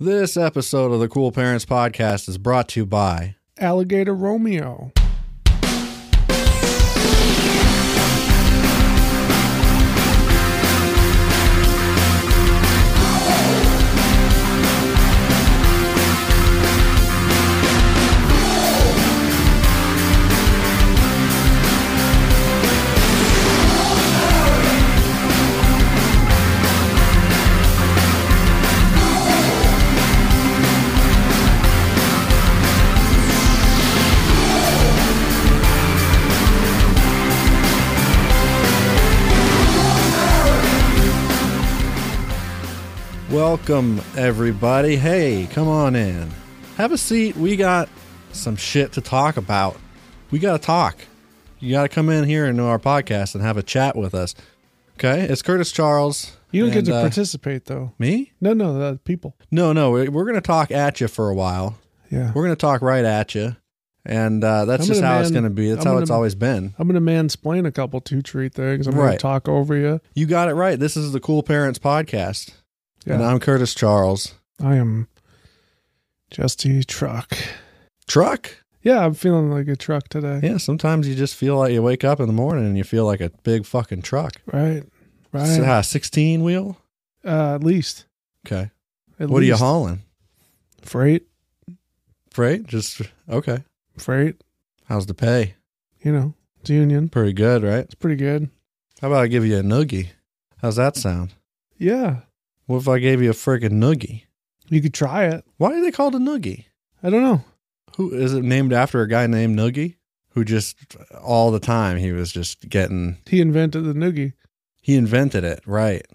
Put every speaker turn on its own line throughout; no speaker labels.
This episode of the Cool Parents Podcast is brought to you by
Alligator Romeo.
Welcome, everybody. Hey, come on in. Have a seat. We got some shit to talk about. We got to talk. You got to come in here into our podcast and have a chat with us. Okay? It's Curtis Charles.
You don't
and,
get to
uh,
participate though.
Me?
No, no, the people.
No, no. we- We're going to talk at you for a while.
Yeah.
We're going to talk right at you. And uh, that's
I'm
just
gonna
how it's
man-
going to be. That's
I'm
how
gonna-
it's always been.
I'm gonna mansplain a couple two tree things. I'm
Right.
gonna talk over you.
You got it right. This is the Cool Parents Podcast.
Yeah.
And I'm Curtis Charles.
I am just a truck.
Truck?
Yeah, I'm feeling like a truck today.
Yeah, sometimes you just feel like you wake up in the morning and you feel like a big fucking truck.
Right.
S-
Right.
uh, 16 wheel?
Uh, at least.
Okay.
At
what are you
least.
hauling?
Freight.
Freight? Just okay.
Freight.
How's the pay?
You know, it's union.
Pretty good, right?
It's pretty good.
How about I give you a noogie? How's that sound?
Yeah.
What if I gave you a friggin' noogie?
You could try it.
Why are they called a noogie?
I don't know.
Who is it named after a guy named Noogie? Who just all the time he was just getting
He invented the noogie.
he invented it, right?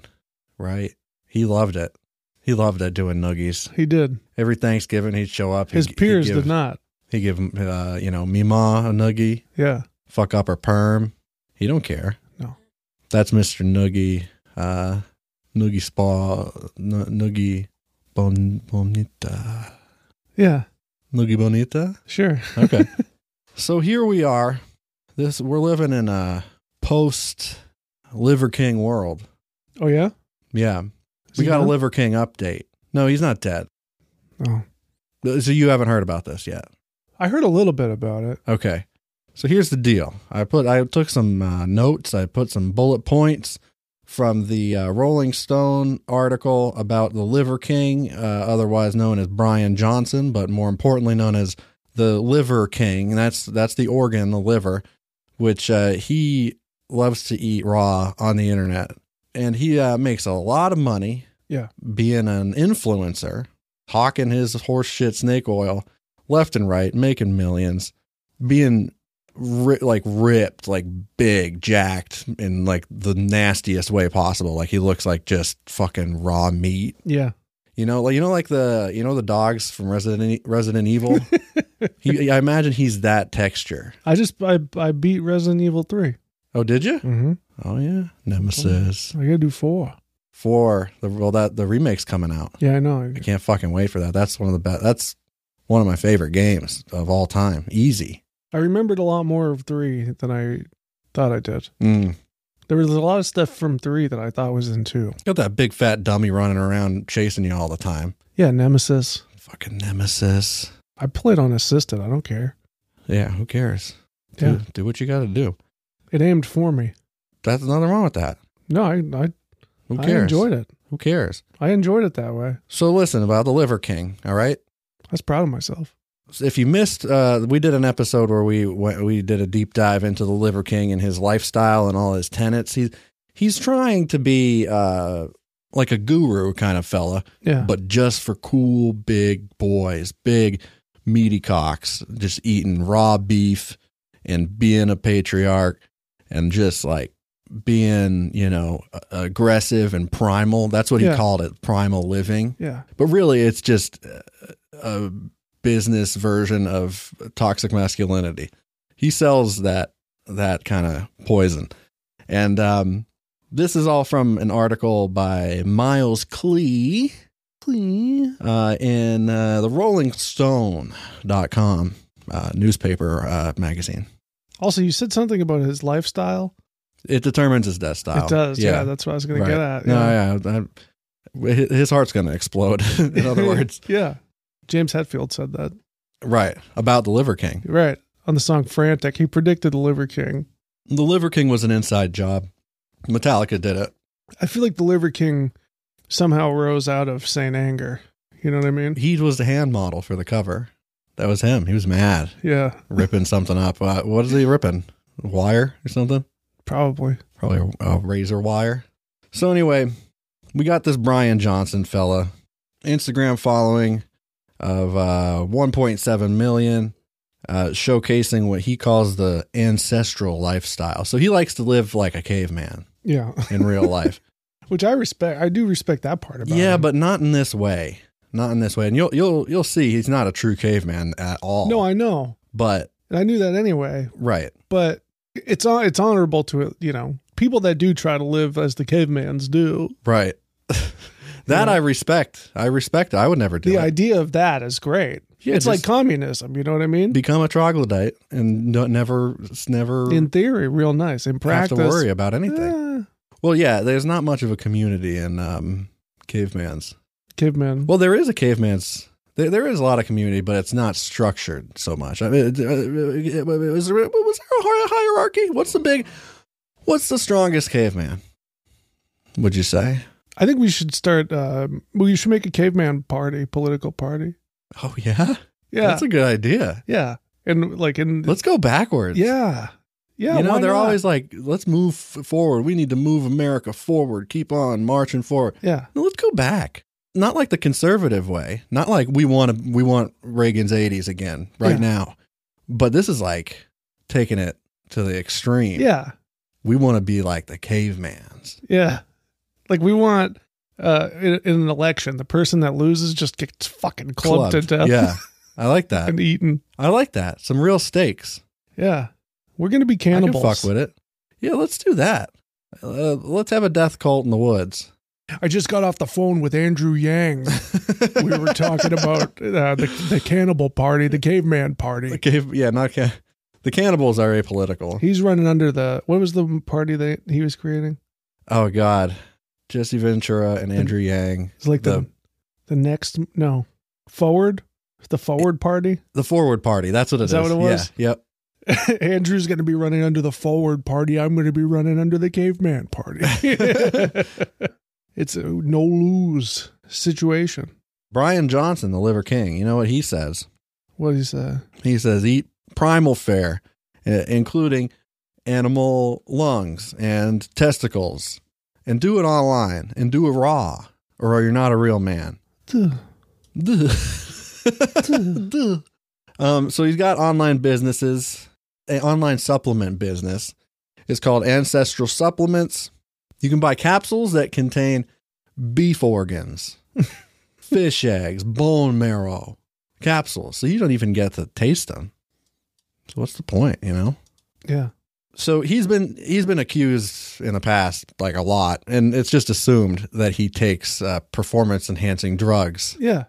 Right. He loved it. He loved it doing noogies.
He did.
Every Thanksgiving he'd show up.
His
he'd,
peers
he'd
did
give,
not.
He give uh, you know Mima a noogie,
Yeah.
fuck up her perm. He don't care.
No.
That's Mister Noogie, uh, Noogie Spa, no, Noogie bon, Bonita,
Yeah.
Noogie Bonita.
Sure.
Okay. so here we are. This we're living in a post Liver King world.
Oh yeah.
Yeah, we
he
got a
dead?
Liver King update. No, he's not dead.
Oh.
So you haven't heard about this yet.
I heard a little bit about it.
Okay. So here's the deal. I put I took some uh, notes. I put some bullet points from the uh, Rolling Stone article about the Liver King, uh, otherwise known as Brian Johnson, but more importantly known as the Liver King. And that's that's the organ, the liver, which uh, he loves to eat raw on the internet, and he uh, makes a lot of money.
Yeah.
being an influencer, hawking his horse shit snake oil left and right, making millions being ri- like ripped, like big, jacked in like the nastiest way possible. Like he looks like just fucking raw meat.
Yeah.
You know, like you know, like the you know the dogs from Resident E, Resident Evil. he, I imagine he's that texture.
I just I I beat Resident Evil three.
Oh, did you?
Mm-hmm.
Oh yeah, Nemesis
I gotta do four.
four. The, well, that the remake's coming out.
Yeah, I know.
I can't fucking wait for that. That's one of the best. That's one of my favorite games of all time. Easy.
I remembered a lot more of three than I thought I did.
Mm.
There was a lot of stuff from three that I thought was in two.
Got that big fat dummy running around chasing you all the time.
Yeah, Nemesis.
Fucking nemesis.
I played on assisted. I don't care.
Yeah, who cares? Do,
Yeah.
do what you got to do.
It aimed for me.
That's nothing wrong with that.
No, I I,
Who
I
cares?
enjoyed it.
Who cares?
I enjoyed it that way.
So listen about the Liver King. All right.
I was proud of myself.
So If you missed, uh, we did an episode where we went, we did a deep dive into the Liver King and his lifestyle and all his tenets. He's he's trying to be uh, like a guru kind of fella,
Yeah.
but just for cool big boys, big meaty cocks, just eating raw beef and being a patriarch and just like being, you know, a- aggressive and primal. That's what he
Yeah.
called it, primal living.
Yeah.
But really, it's just uh, a business version of toxic masculinity. He sells that that kind of poison, and um, this is all from an article by Miles Klee, Klee uh, in uh, the Rolling Stone.com uh, newspaper uh, magazine.
Also, you said something about his lifestyle.
It determines his death style.
It does. Yeah. that's what I was going
Right.
to get at.
No,
yeah.
yeah. I- his- his heart's going to explode. in other words,
yeah. James Hetfield said that.
right about the Liver King.
Right. On the song Frantic, he predicted the Liver King.
The Liver King was an inside job. Metallica did it.
I feel like the Liver King somehow rose out of Saint Anger. You know what I mean?
He was the hand model for the cover. That was him. He was mad,
Yeah,
ripping something up. Uh, what is he ripping? Wire or something?
probably.
Probably a, a razor wire. So anyway, we got this Brian Johnson fella, Instagram following of uh, 1.7 million, uh, showcasing what he calls the ancestral lifestyle. So he likes to live like a caveman
Yeah.
in real life.
Which I respect. I do respect that part about
Yeah,
him.
but not in this way. Not in this way. And you'll you'll you'll see he's not a true caveman at all.
No, I know.
but
And I knew that anyway.
right.
But it's hon- it's honorable to you know people that do try to live as the cavemans do.
Right. that
Yeah.
I respect. I respect it. I would never do
The
it.
idea of that is great.
Yeah,
it's like
just
communism. You know what I mean?
become a troglodyte and don't, never s- never
In theory, real nice. In
have to
practice,
worry about anything.
eh,
Well, yeah, there's not much of a community in um cavemans.
caveman.
Well, there is a caveman's there, there is a lot of community, but it's not structured so much. I mean, it- it- it- was there, was there a hi- hierarchy? What's the big? What's the strongest caveman? Would you say?
I think we should start. Um, well, you should make a caveman party, political party.
Oh yeah,
Yeah,
that's a good idea.
yeah, and like in
Let's go backwards.
yeah, yeah.
you know
why
they're
not?
always like, let's move f- forward. We need to move America forward. Keep on marching forward.
yeah.
No, let's go back. Not like the conservative way. Not like we want to. We want Reagan's '80s again right
Yeah.
now. But this is like taking it to the extreme.
Yeah.
we want to be like the cavemans.
Yeah. Like we want uh in, in an election, the person that loses just gets fucking clubbed, to death
Yeah, I like that.
and eaten.
I like that. Some real stakes.
Yeah. We're gonna be
I can
cannibals.
fuck with it. Yeah, let's do that. Uh, let's have a death cult in the woods.
I just got off the phone with Andrew Yang. We were talking about uh, the the cannibal party, the caveman
the
party.
cave. Yeah, not ca- the cannibals are apolitical.
He's running under the what was the party that he was creating?
Oh God, Jesse Ventura and Andrew Yang.
It's like the
The-
the, next no forward, the forward party.
The Forward Party. That's what it is.
Is that what it was?
Yeah. Yep.
Andrew's going to be running under the forward party. I'm going to be running under the caveman party. it's a no lose situation.
Brian Johnson, the Liver King. You know what he says?
What is uh
He says eat primal fare, uh, including animal lungs and testicles, and do it online and do it raw, or you're not a real man.
duh,
Duh.
duh.
Duh. um, so he's got online businesses, an online supplement business. It's called Ancestral Supplements. You can buy capsules that contain beef organs, fish eggs, bone marrow capsules. So you don't even get to taste them. So what's the point, you know?
Yeah.
so he's been he's been accused in the past like a lot and it's just assumed that he takes uh, performance enhancing drugs
Yeah.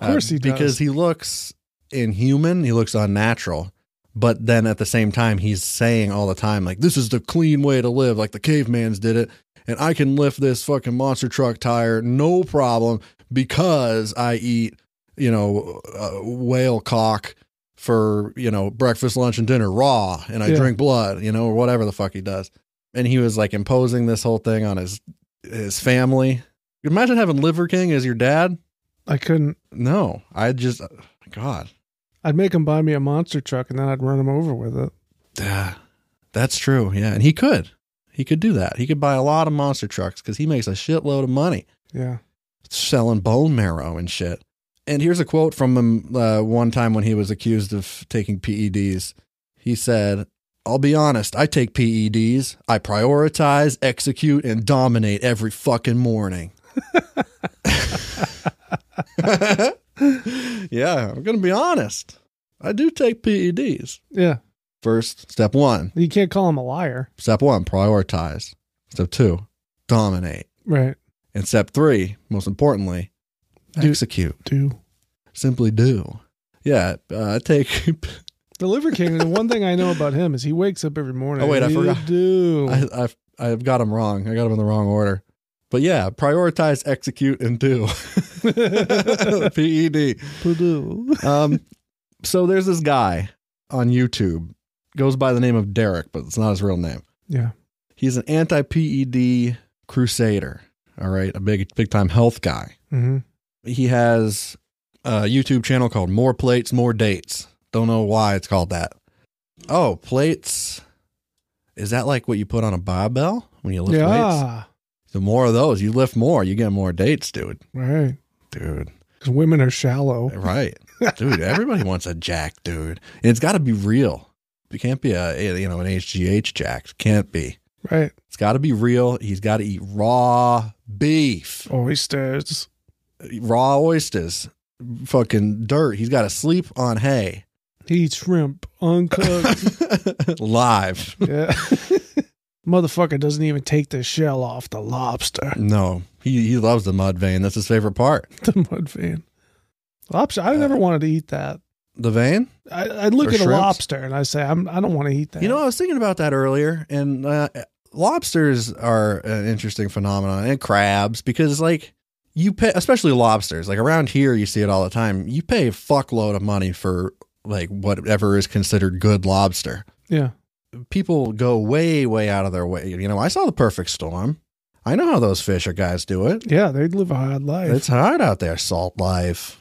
Of course he does.
Um, because he looks inhuman he looks unnatural but then at the same time he's saying all the time like this is the clean way to live like the cavemans did it and i can lift this fucking monster truck tire no problem because i eat you know uh, whale cock for you know breakfast lunch and dinner raw and i
Yeah.
drink blood you know or whatever the fuck he does and he was like imposing this whole thing on his his family imagine having liver king as your dad
I couldn't.
no, I just God.
I'd make him buy me a monster truck and then I'd run him over with it.
Yeah. That's true. Yeah, and he could. He could do that. He could buy a lot of monster trucks cuz he makes a shitload of money
Yeah.
selling bone marrow and shit. And here's a quote from him uh, one time when E he was accused of taking PEDs. He said, I'll be honest, I take PEDs. I prioritize, execute, and dominate every fucking morning. yeah, I'm going to be honest. I do take PEDs.
Yeah.
First, step one.
You can't call him a liar.
Step one, prioritize. Step two, dominate.
Right.
And step three, most importantly,
Do-
execute.
Do.
Simply do. Yeah, uh, I take.
The Liver King, the one thing I know about him is he wakes up every morning.
Oh, wait, I
You
forgot.
Do.
I, I've I've got them wrong. I got them in the wrong order. But yeah, prioritize, execute, and do. PED.
Purdue.
Um, so there's this guy on YouTube goes by the name of Derek, but it's not his real name.
Yeah.
He's an anti-PED crusader. All right, a big big time health guy.
Mm-hmm.
He has a YouTube channel called More Plates, More Dates. Don't know why it's called that. Oh, plates. Is that like what you put on a barbell when you lift weights?
Yeah.
The more of those, you lift more, you get more dates, dude.
Right.
Dude.
Because women are shallow.
Right. dude, everybody wants a jack, dude. And it's got to be real. It can't be a, you know, an HGH jack. Can't be.
Right.
It's got to be real. He's got to eat raw beef,
Oysters.
raw oysters, fucking dirt. He's got to sleep on hay
He eats shrimp uncooked.
live.
yeah. Motherfucker doesn't even take the shell off the lobster.
No, he, he loves the mud vein. That's his favorite part.
The mud vein. Lobster. I never wanted to eat that.
The vein?
I, I look
Or
at a
shrimps?
lobster and I say, I'm, I don't want to eat that.
You know, I was thinking about that earlier, and uh, lobsters are an interesting phenomenon, and crabs, because like you pay, especially lobsters, like around here, you see it all the time. You pay a fuckload of money for like whatever is considered good lobster.
Yeah.
People go way, way out of their way. You know, I saw the perfect storm. I know how those fisher guys do it.
Yeah. They live a hard life.
It's hard out there, salt life.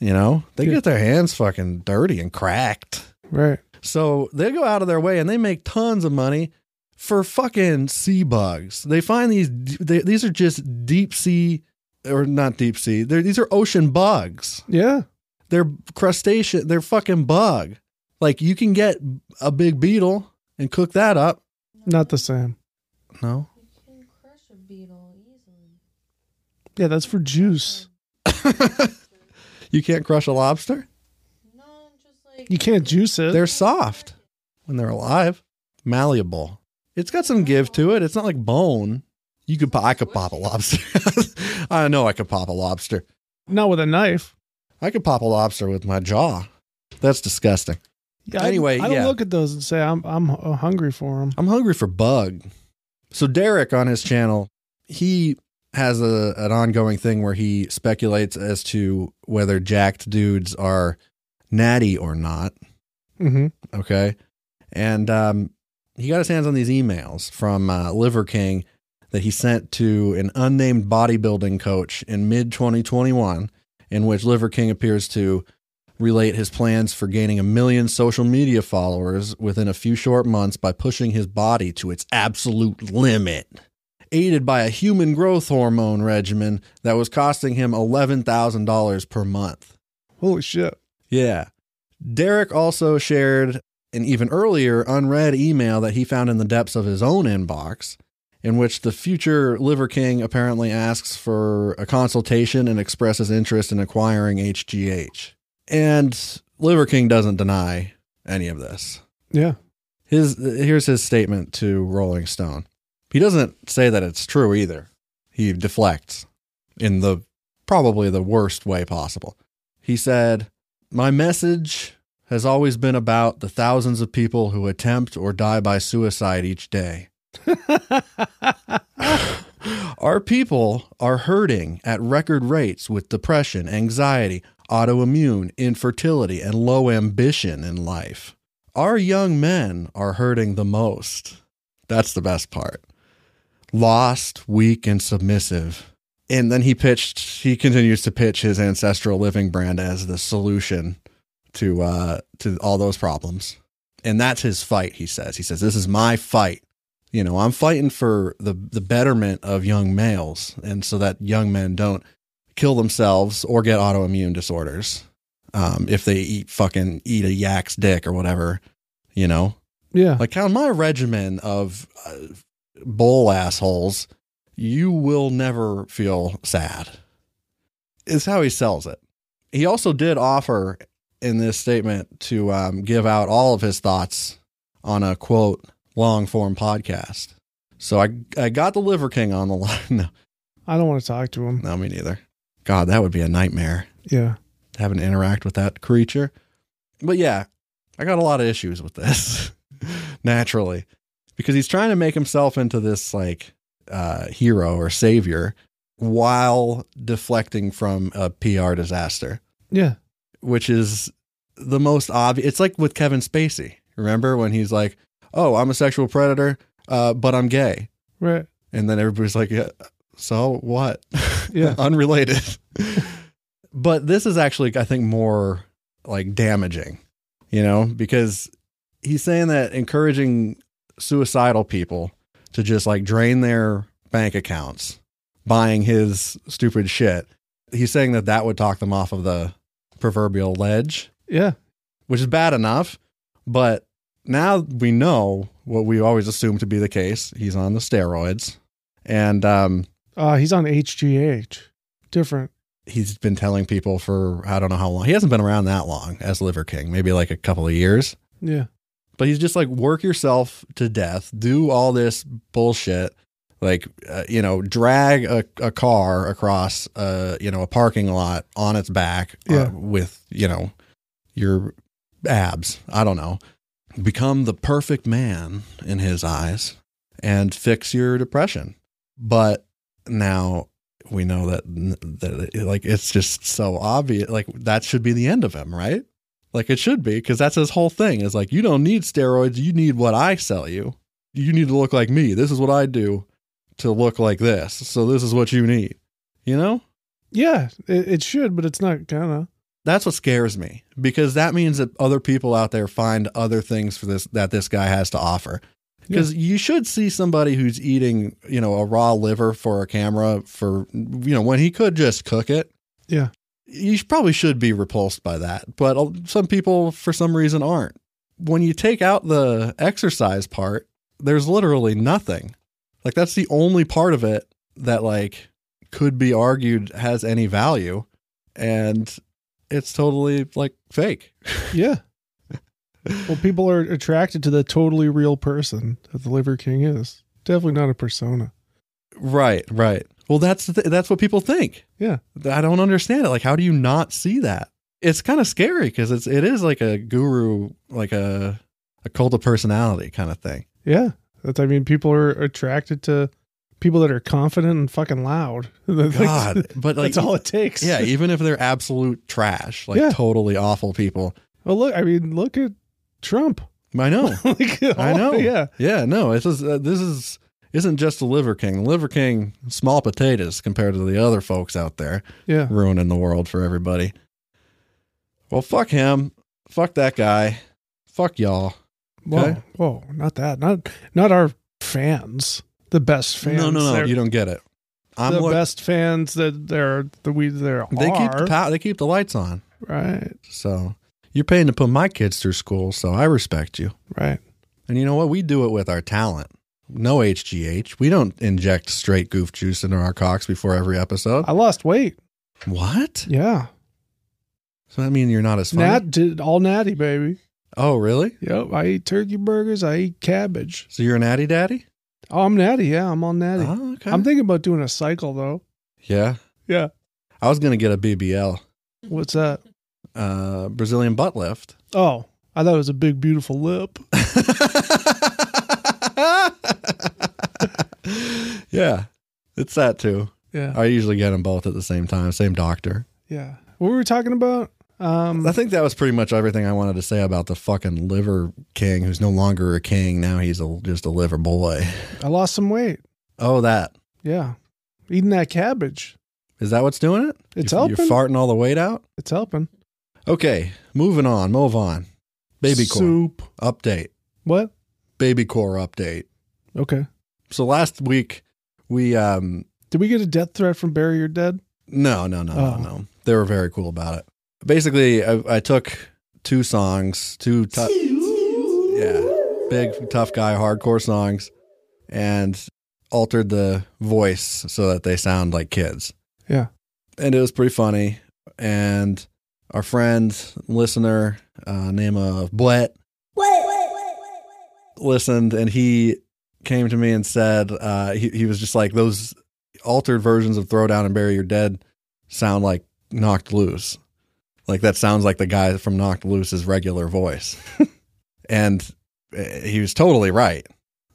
You know, they
Yeah.
get their hands fucking dirty and cracked.
right.
So they go out of their way and they make tons of money for fucking sea bugs. They find these, they, these are just deep sea, or not deep sea, they're, these are ocean bugs.
Yeah.
They're crustacean, they're fucking bug. Like you can get a big beetle and cook that up.
Not the same.
No.
You can crush a beetle easily.
Yeah. That's for juice.
you can't crush a lobster.
No, just like
You can't juice it.
They're soft when they're alive, malleable. It's got some give to it. It's not like bone. You could, po- I could pop a lobster. I know I could pop a lobster.
Not with a knife.
I could pop a lobster with my jaw. That's disgusting.
Yeah, I-
Anyway,
I, don't
yeah.
look at those and say I'm I'm uh, hungry for them.
I'm hungry for bug. So Derek on his channel, he has a an ongoing thing where he speculates as to whether jacked dudes are natty or not.
Mm-hmm.
Okay. And um, he got his hands on these emails from uh, Liver King that he sent to an unnamed bodybuilding coach in mid 2021, in which Liver King appears to relate his plans for gaining a million social media followers within a few short months by pushing his body to its absolute limit. Aided by a human growth hormone regimen that was costing him $11,000 per month.
Holy shit!
Yeah. Derek also shared an even earlier unread email that he found in the depths of his own inbox, in which the future Liver King apparently asks for a consultation and expresses interest in acquiring HGH. And Liver King doesn't deny any of this.
Yeah,
His here's his statement to Rolling Stone. He doesn't say that it's true either. He deflects in the probably the worst way possible. He said, "My message has always been about the thousands of people who attempt or die by suicide each day. Our people are hurting at record rates with depression, anxiety, autoimmune, infertility, and low ambition in life. Our young men are hurting the most. That's the best part. Lost, weak, and submissive. And then he pitched, he continues to pitch his ancestral living brand as the solution to, uh, to all those problems. And that's his fight, he says. He says, This is my fight you know, I'm fighting for the the betterment of young males, and so that young men don't kill themselves or get autoimmune disorders um, if they eat fucking eat a yak's dick or whatever. You know,
Yeah.
Like on my regimen of uh, bull assholes, you will never feel sad. Is how he sells it. He also did offer in this statement to um, give out all of his thoughts on a quote long form podcast. So I I got the Liver King on the line. No,
I don't want to talk to him.
no, me neither. God, that would be a nightmare
Yeah.
having to interact with that creature. But yeah, I got a lot of issues with this naturally because he's trying to make himself into this like uh, hero or savior while deflecting from a PR disaster,
Yeah.
which is the most obvious. It's like with Kevin Spacey. Remember when he's like, "Oh, I'm a sexual predator, uh, but I'm gay,"
Right.
and then everybody's like, "Yeah, so what?"
Yeah.
unrelated. but this is actually, I think, more like damaging, you know, because he's saying that encouraging suicidal people to just like drain their bank accounts buying his stupid shit. He's saying that that would talk them off of the proverbial ledge,
Yeah.
which is bad enough. But now we know what we always assumed to be the case. He's on the steroids. And um,
Uh, he's on HGH. Different.
he's been telling people for I don't know how long. He hasn't been around that long as Liver King, maybe like a couple of years.
Yeah.
But he's just like work yourself to death, do all this bullshit, like uh, you know, drag a, a car across uh you know a parking lot on its back uh,
Yeah.
with you know your abs. I don't know. Become the perfect man in his eyes and fix your depression. But now we know that that it- like it's just so obvious like that should be the end of him right like it should be because that's his whole thing is like you don't need steroids you need what i sell you you need to look like me this is what i do to look like this so this is what you need you know
Yeah. It, it should, but it's not gonna.
that's what scares me because that means that other people out there find other things for this that this guy has to offer. Because you should see somebody who's eating, you know, a raw liver for a camera for, you know, when he could just cook it.
Yeah.
You sh- probably should be repulsed by that, but uh, some people for some reason aren't. When you take out the exercise part, there's literally nothing. Like that's the only part of it that like could be argued has any value, and it's totally like fake.
Yeah. well, people are attracted to the totally real person that the Liver King is. Definitely not a persona.
Right, right. Well, that's the th- that's what people think.
Yeah.
I don't understand it. Like, how do you not see that? It's kind of scary because it's it is like a guru, like a a cult of personality kind of thing.
Yeah. That's, I mean, people are attracted to people that are confident and fucking loud. That's-
God, but like
that's all it takes.
yeah, even if they're absolute trash, like
Yeah.
totally awful people.
Well, look, I mean, look at Trump.
I know,
like,
I know.
Yeah.
yeah. No, this is uh, this is isn't just the Liver King. The Liver King, small potatoes compared to the other folks out there.
Yeah.
ruining the world for everybody. Well, fuck him. Fuck that guy. Fuck y'all.
Whoa.
Okay.
Whoa. Not that. Not not our fans. The best fans.
no, no, no.
They're
You don't get it. I'm
the
look-
best fans that there the we there
They
are.
keep the pow- they keep the lights on.
right.
So you're paying to put my kids through school. So I respect you.
Right.
And you know what? We do it with our talent. No HGH. We don't inject straight goof juice into our cocks before every episode.
I lost weight.
what?
Yeah.
So that mean you're not as funny?
Nat did all natty, baby.
oh, really?
Yep. I eat turkey burgers. I eat cabbage.
So you're an natty daddy?
Oh, I'm natty. Yeah, I'm all natty.
Oh, okay.
I'm thinking about doing a cycle though.
yeah.
Yeah.
I was gonna get a BBL,
What's that?
uh, Brazilian butt lift.
Oh, I thought it was a big beautiful lip.
yeah, it's that too.
Yeah.
I usually get them both at the same time, same doctor.
Yeah. What were we talking about? Um
I think that was pretty much everything I wanted to say about the fucking liver king, who's no longer a king. Now he's a, just a liver boy.
I lost some weight.
Oh, that
Yeah. Eating that cabbage.
is that what's doing it?
It's
you,
helping.
You're farting all the weight out.
It's helping.
Okay, moving on. Move on. Baby core
soup.
update.
What?
Baby core update.
Okay.
So last week we um
Did we get a death threat from Barry or Dead?
No, no, no, no,
Oh.
no. They were very cool about it. Basically, I, I took two songs, two, tu- yeah, big tough guy hardcore songs and altered the voice so that they sound like kids.
Yeah.
And it was pretty funny. And our friend, listener, uh, name of Blett, listened and he came to me and said, uh, he, he was just like, those altered versions of Throw Down and Bury Your Dead sound like Knocked Loose. Like that sounds like the guy from Knocked Loose's regular voice. and uh, he was totally right.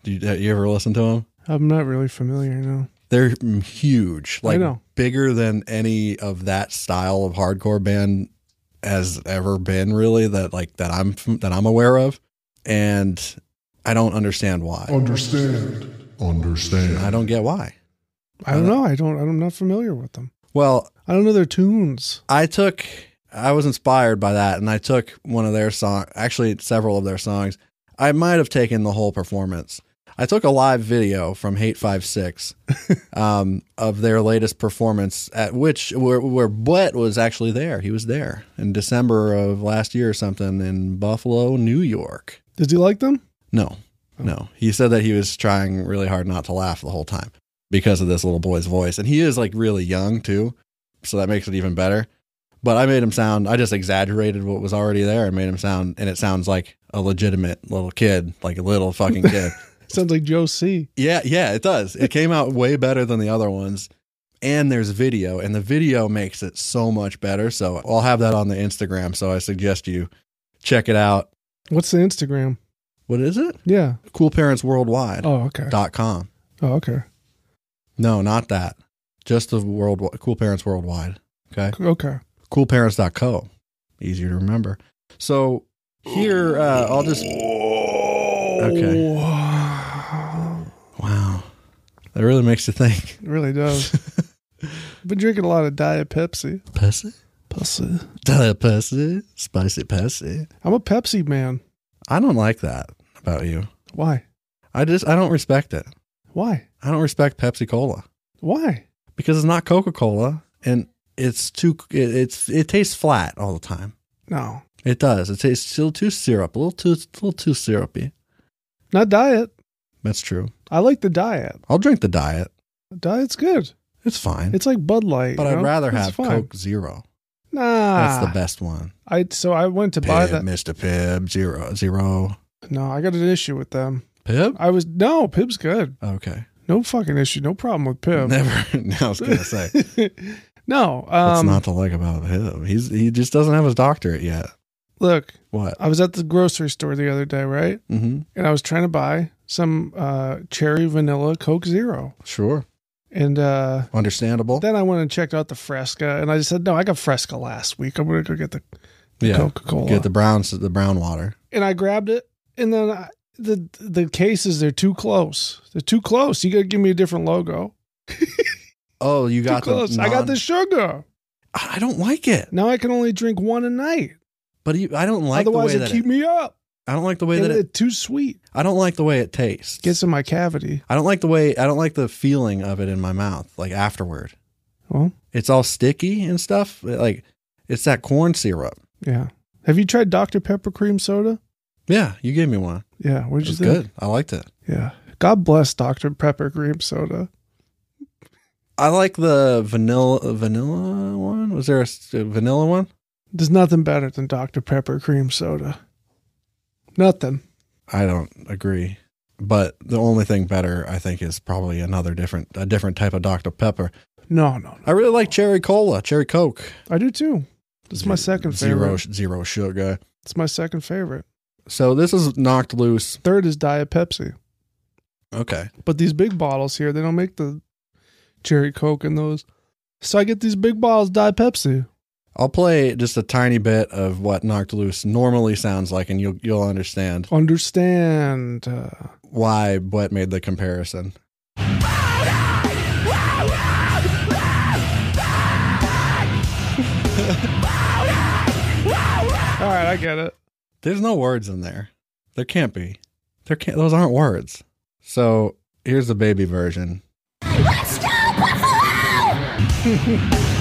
Do you, you ever listen to him?
I'm not really familiar now.
They're mm, huge,
I
like
know.
bigger than any of that style of hardcore band has ever been. Really, that like that I'm f- that I'm aware of, and I don't understand why.
Understand.
Oh,
Understand.
I don't get why.
I
Uh,
don't know. I don't. I'm not familiar with them.
Well,
I don't know their tunes.
I took I was inspired by that and I took one of their song actually several of their songs. I might have taken the whole performance. I took a live video from Hate Five Six um, of their latest performance at which where where Brett was actually there. He was there in December of last year or something in Buffalo, New York.
Did you like them?
No. No. He said that he was trying really hard not to laugh the whole time because of this little boy's voice. And he is like really young too. So that makes it even better. But I made him sound, I just exaggerated what was already there and made him sound, and it sounds like a legitimate little kid, like a little fucking kid.
Sounds like Joe C.
yeah. Yeah. It does. It came out way better than the other ones. And there's video, and the video makes it so much better. So I'll have that on the Instagram. So I suggest you check it out.
What's the Instagram?
What is it?
Yeah.
Cool Parents Worldwide
Oh, okay.
dot com.
Oh, okay.
No, not that. Just the world cool parents worldwide. Okay.
Okay.
Coolparents.co. Easier to remember. So here uh, I'll just Okay.
Wow.
Wow. That really makes you think.
It really does. Been drinking a lot of Diet Pepsi.
Pussy.
Pepsi.
Duh, Pussy. Spicy pussy.
I'm a Pepsi man.
I don't like that about you.
Why?
I just I don't respect it.
Why?
I don't respect Pepsi Cola
Why?
because it's not Coca Cola and it's too it, it's it tastes flat all the time.
No.
It does. It tastes still too syrup, a little too a little too syrupy.
Not diet.
That's true.
I like the diet.
I'll drink the diet.
Diet's good.
It's fine.
It's like Bud Light.
but
you
I'd
know?
rather
It's
have
fine.
Coke Zero.
Nah.
That's the best one.
I so I went to buy
Pib,
that.
Mr. Pib, Zero, Zero.
No, I got an issue with them.
Pib?
I was no Pib's good.
Okay.
No fucking issue. No problem with Pib.
Never. No, I was going to say.
no.
What's
Um.
not to like about him? He's He just doesn't have his doctorate yet.
look,
What?
I was at the grocery store the other day, right?
Mm-hmm.
And I was trying to buy some uh, cherry vanilla Coke Zero,
Sure.
and uh,
Understandable.
then I went and checked out the Fresca, and I said, "No, I got Fresca last week. I'm gonna go get the
yeah.
Coca Cola."
Get the brown, the brown water.
and I grabbed it, and then I, the the cases they're too close. They're too close. You gotta give me a different logo.
Oh, you got
too close.
the.
I got
non-
the sugar.
I I don't like it.
Now I can only drink one a night.
But you, I don't like
Otherwise,
the way
it
that
keep
it,
me up.
I don't like the way
And
that it,
it's too sweet.
I don't like the way it tastes.
Gets in my cavity.
I don't like the way I don't like the feeling of it in my mouth, like afterward.
Well,
It's all sticky and stuff. Like it's that corn syrup.
yeah. Have you tried Dr Pepper cream soda?
Yeah, you gave me one.
Yeah. What
It
did you
was
think?
good. I liked it.
Yeah. God bless Dr Pepper cream soda.
I like the vanilla vanilla one. Was there a, s- a vanilla one?
There's nothing better than Dr Pepper cream soda. Nothing.
I don't agree. But the only thing better, I think, is probably another different a different type of Dr Pepper.
No, no, no.
I really like cherry cola, cherry Coke.
I do too. It's my second
Zero
favorite.
zero sugar.
It's my second favorite.
So this is knocked loose.
Third is Diet Pepsi.
Okay.
But these big bottles here, they don't make the cherry coke in those. So I get these big bottles of Diet Pepsi.
I'll play just a tiny bit of what knocked loose normally sounds like, and you'll you'll understand
Understand. Uh,
why Brett made the comparison.
all right, I get it.
There's no words in there. There can't be. There can't. Those aren't words. So here's the baby version.
Let's go, Buffalo!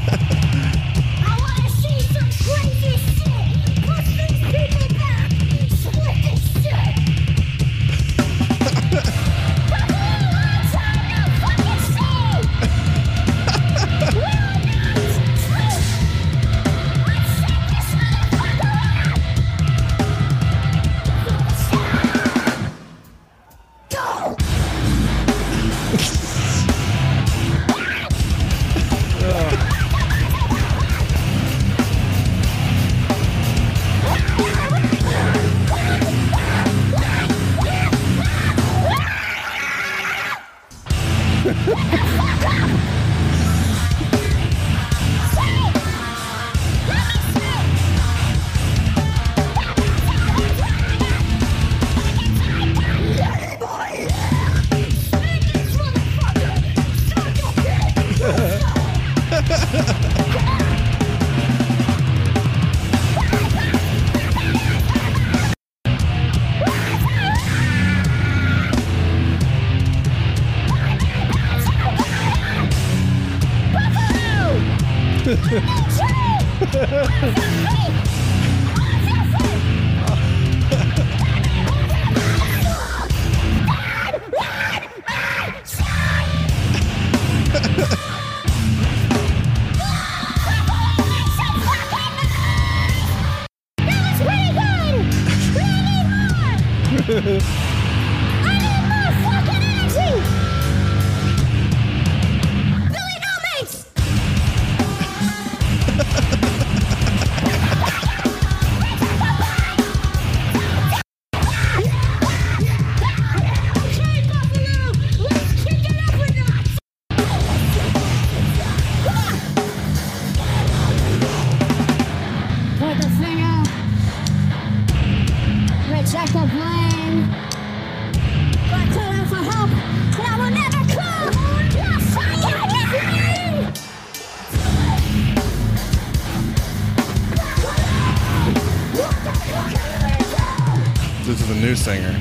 I want to see some crazy shit. Push these people back. Split this shit. Buffalo Wild Wings are no fucking shame. We're not truth. Let's shake this motherfucker up. Go! Okay, Buffalo, let's kick it up a notch. Put the thing up. Reject the blame. But call out for help, and I will never come. You're fucking insane.
This is a new singer.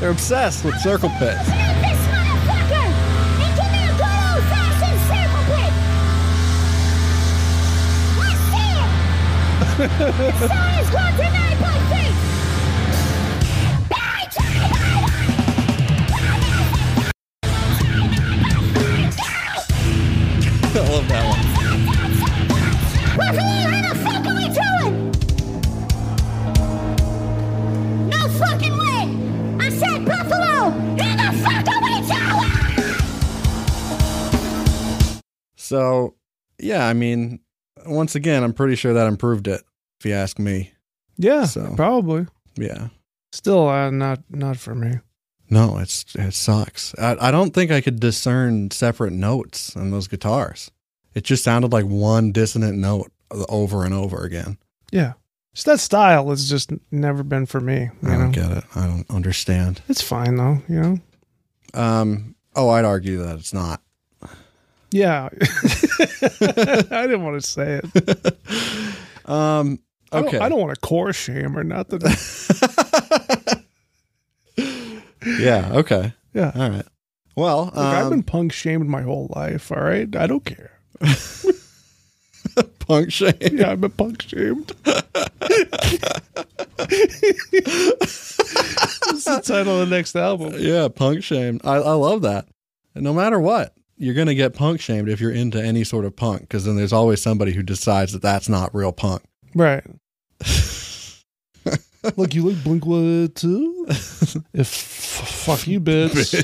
They're obsessed with circle pits.
Sun is gone tonight, but face!
I love that one.
Buffalo, how the fuck are we doing? No fucking way! I said Buffalo! How the fuck are we doing?
So, yeah, I mean, once again, I'm pretty sure that improved it, if you ask me.
Yeah,
So.
probably.
Yeah.
Still, uh, not not for me.
No, it's it sucks. I, I don't think I could discern separate notes on those guitars. It just sounded like one dissonant note over and over again.
Yeah, just that style has just never been for me. You
I
know,
don't get it. I don't understand.
it's fine though. You know,
Um, oh, I'd argue that it's not.
yeah. I didn't want to say it.
Um,
I
okay.
don't, I don't want to core shame or nothing.
yeah. Okay.
Yeah,
All right. Well,
Look, I've been
um,
punk shamed my whole life. All right, I don't care.
punk shame.
Yeah, I've been punk shamed. That's the title of the next album.
Yeah, punk shamed. I, I love that. And no matter what, you're going to get punk shamed if you're into any sort of punk, because then there's always somebody who decides that that's not real punk.
Right. Look, you like Blink One Two. If fuck you, bitch.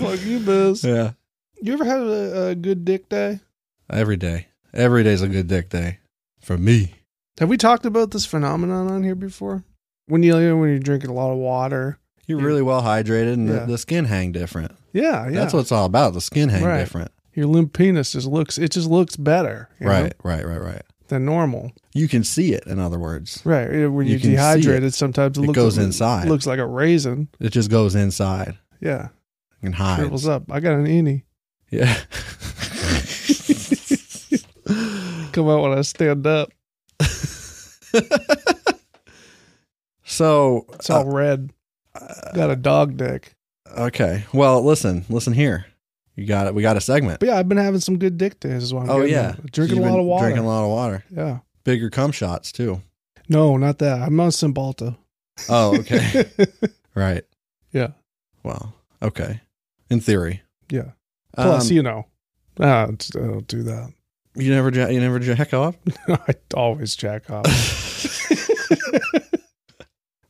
fuck you, bitch.
Yeah.
You ever had a, a good dick day?
Every day. Every day's a good dick day for me.
Have we talked about this phenomenon on here before? When you when you're drinking a lot of water.
You're really well hydrated and
Yeah.
the, the skin hang different.
Yeah, yeah.
That's what it's all about. The skin hang
Right.
different.
your limp penis just looks it just looks better you know,
Right, right, right, right.
than normal
You can see it, in other words.
right it- when
You
you are
can see it.
dehydrated sometimes it,
It
looks
goes
like,
inside.
looks like a raisin
It just goes inside.
yeah
and hides.
Shrivels up. I got an innie.
Yeah.
Come out when I stand up.
so uh,
It's all red. Got a dog dick.
okay. Well, listen, listen here. You got it. We got a segment.
But yeah, I've been having some good dick days. Is why I'm
Oh
getting
yeah,
them. drinking a
You've
lot
been
of water.
Drinking a lot of water.
yeah.
Bigger cum shots too.
No, not that. I'm on Cymbalta.
Oh, okay. right.
yeah.
Well, okay. In theory.
Yeah. Plus,
Um,
you know, ah, it's- I don't do that.
you never ja- you never jack off.
I always jack off.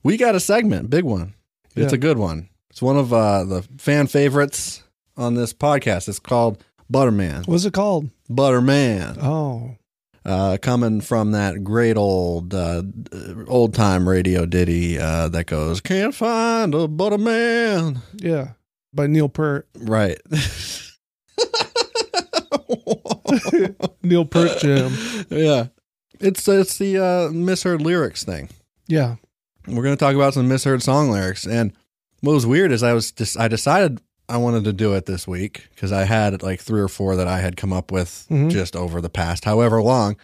We got a segment, big one. It's
Yeah.
a good one. It's one of uh, the fan favorites on this podcast. It's called Butterman.
What's it called?
Butterman,
Oh,
uh, coming from that great old uh, old time radio ditty uh, that goes, "Can't find a Butterman."
yeah. By Neil Peart.
Right.
Neil Peart Jam.
yeah, it's it's the uh, misheard lyrics thing.
Yeah.
we're going to talk about some misheard song lyrics. And what was weird is I was just, I decided I wanted to do it this week because I had like three or four that I had come up with
Mhm.
just over the past however long.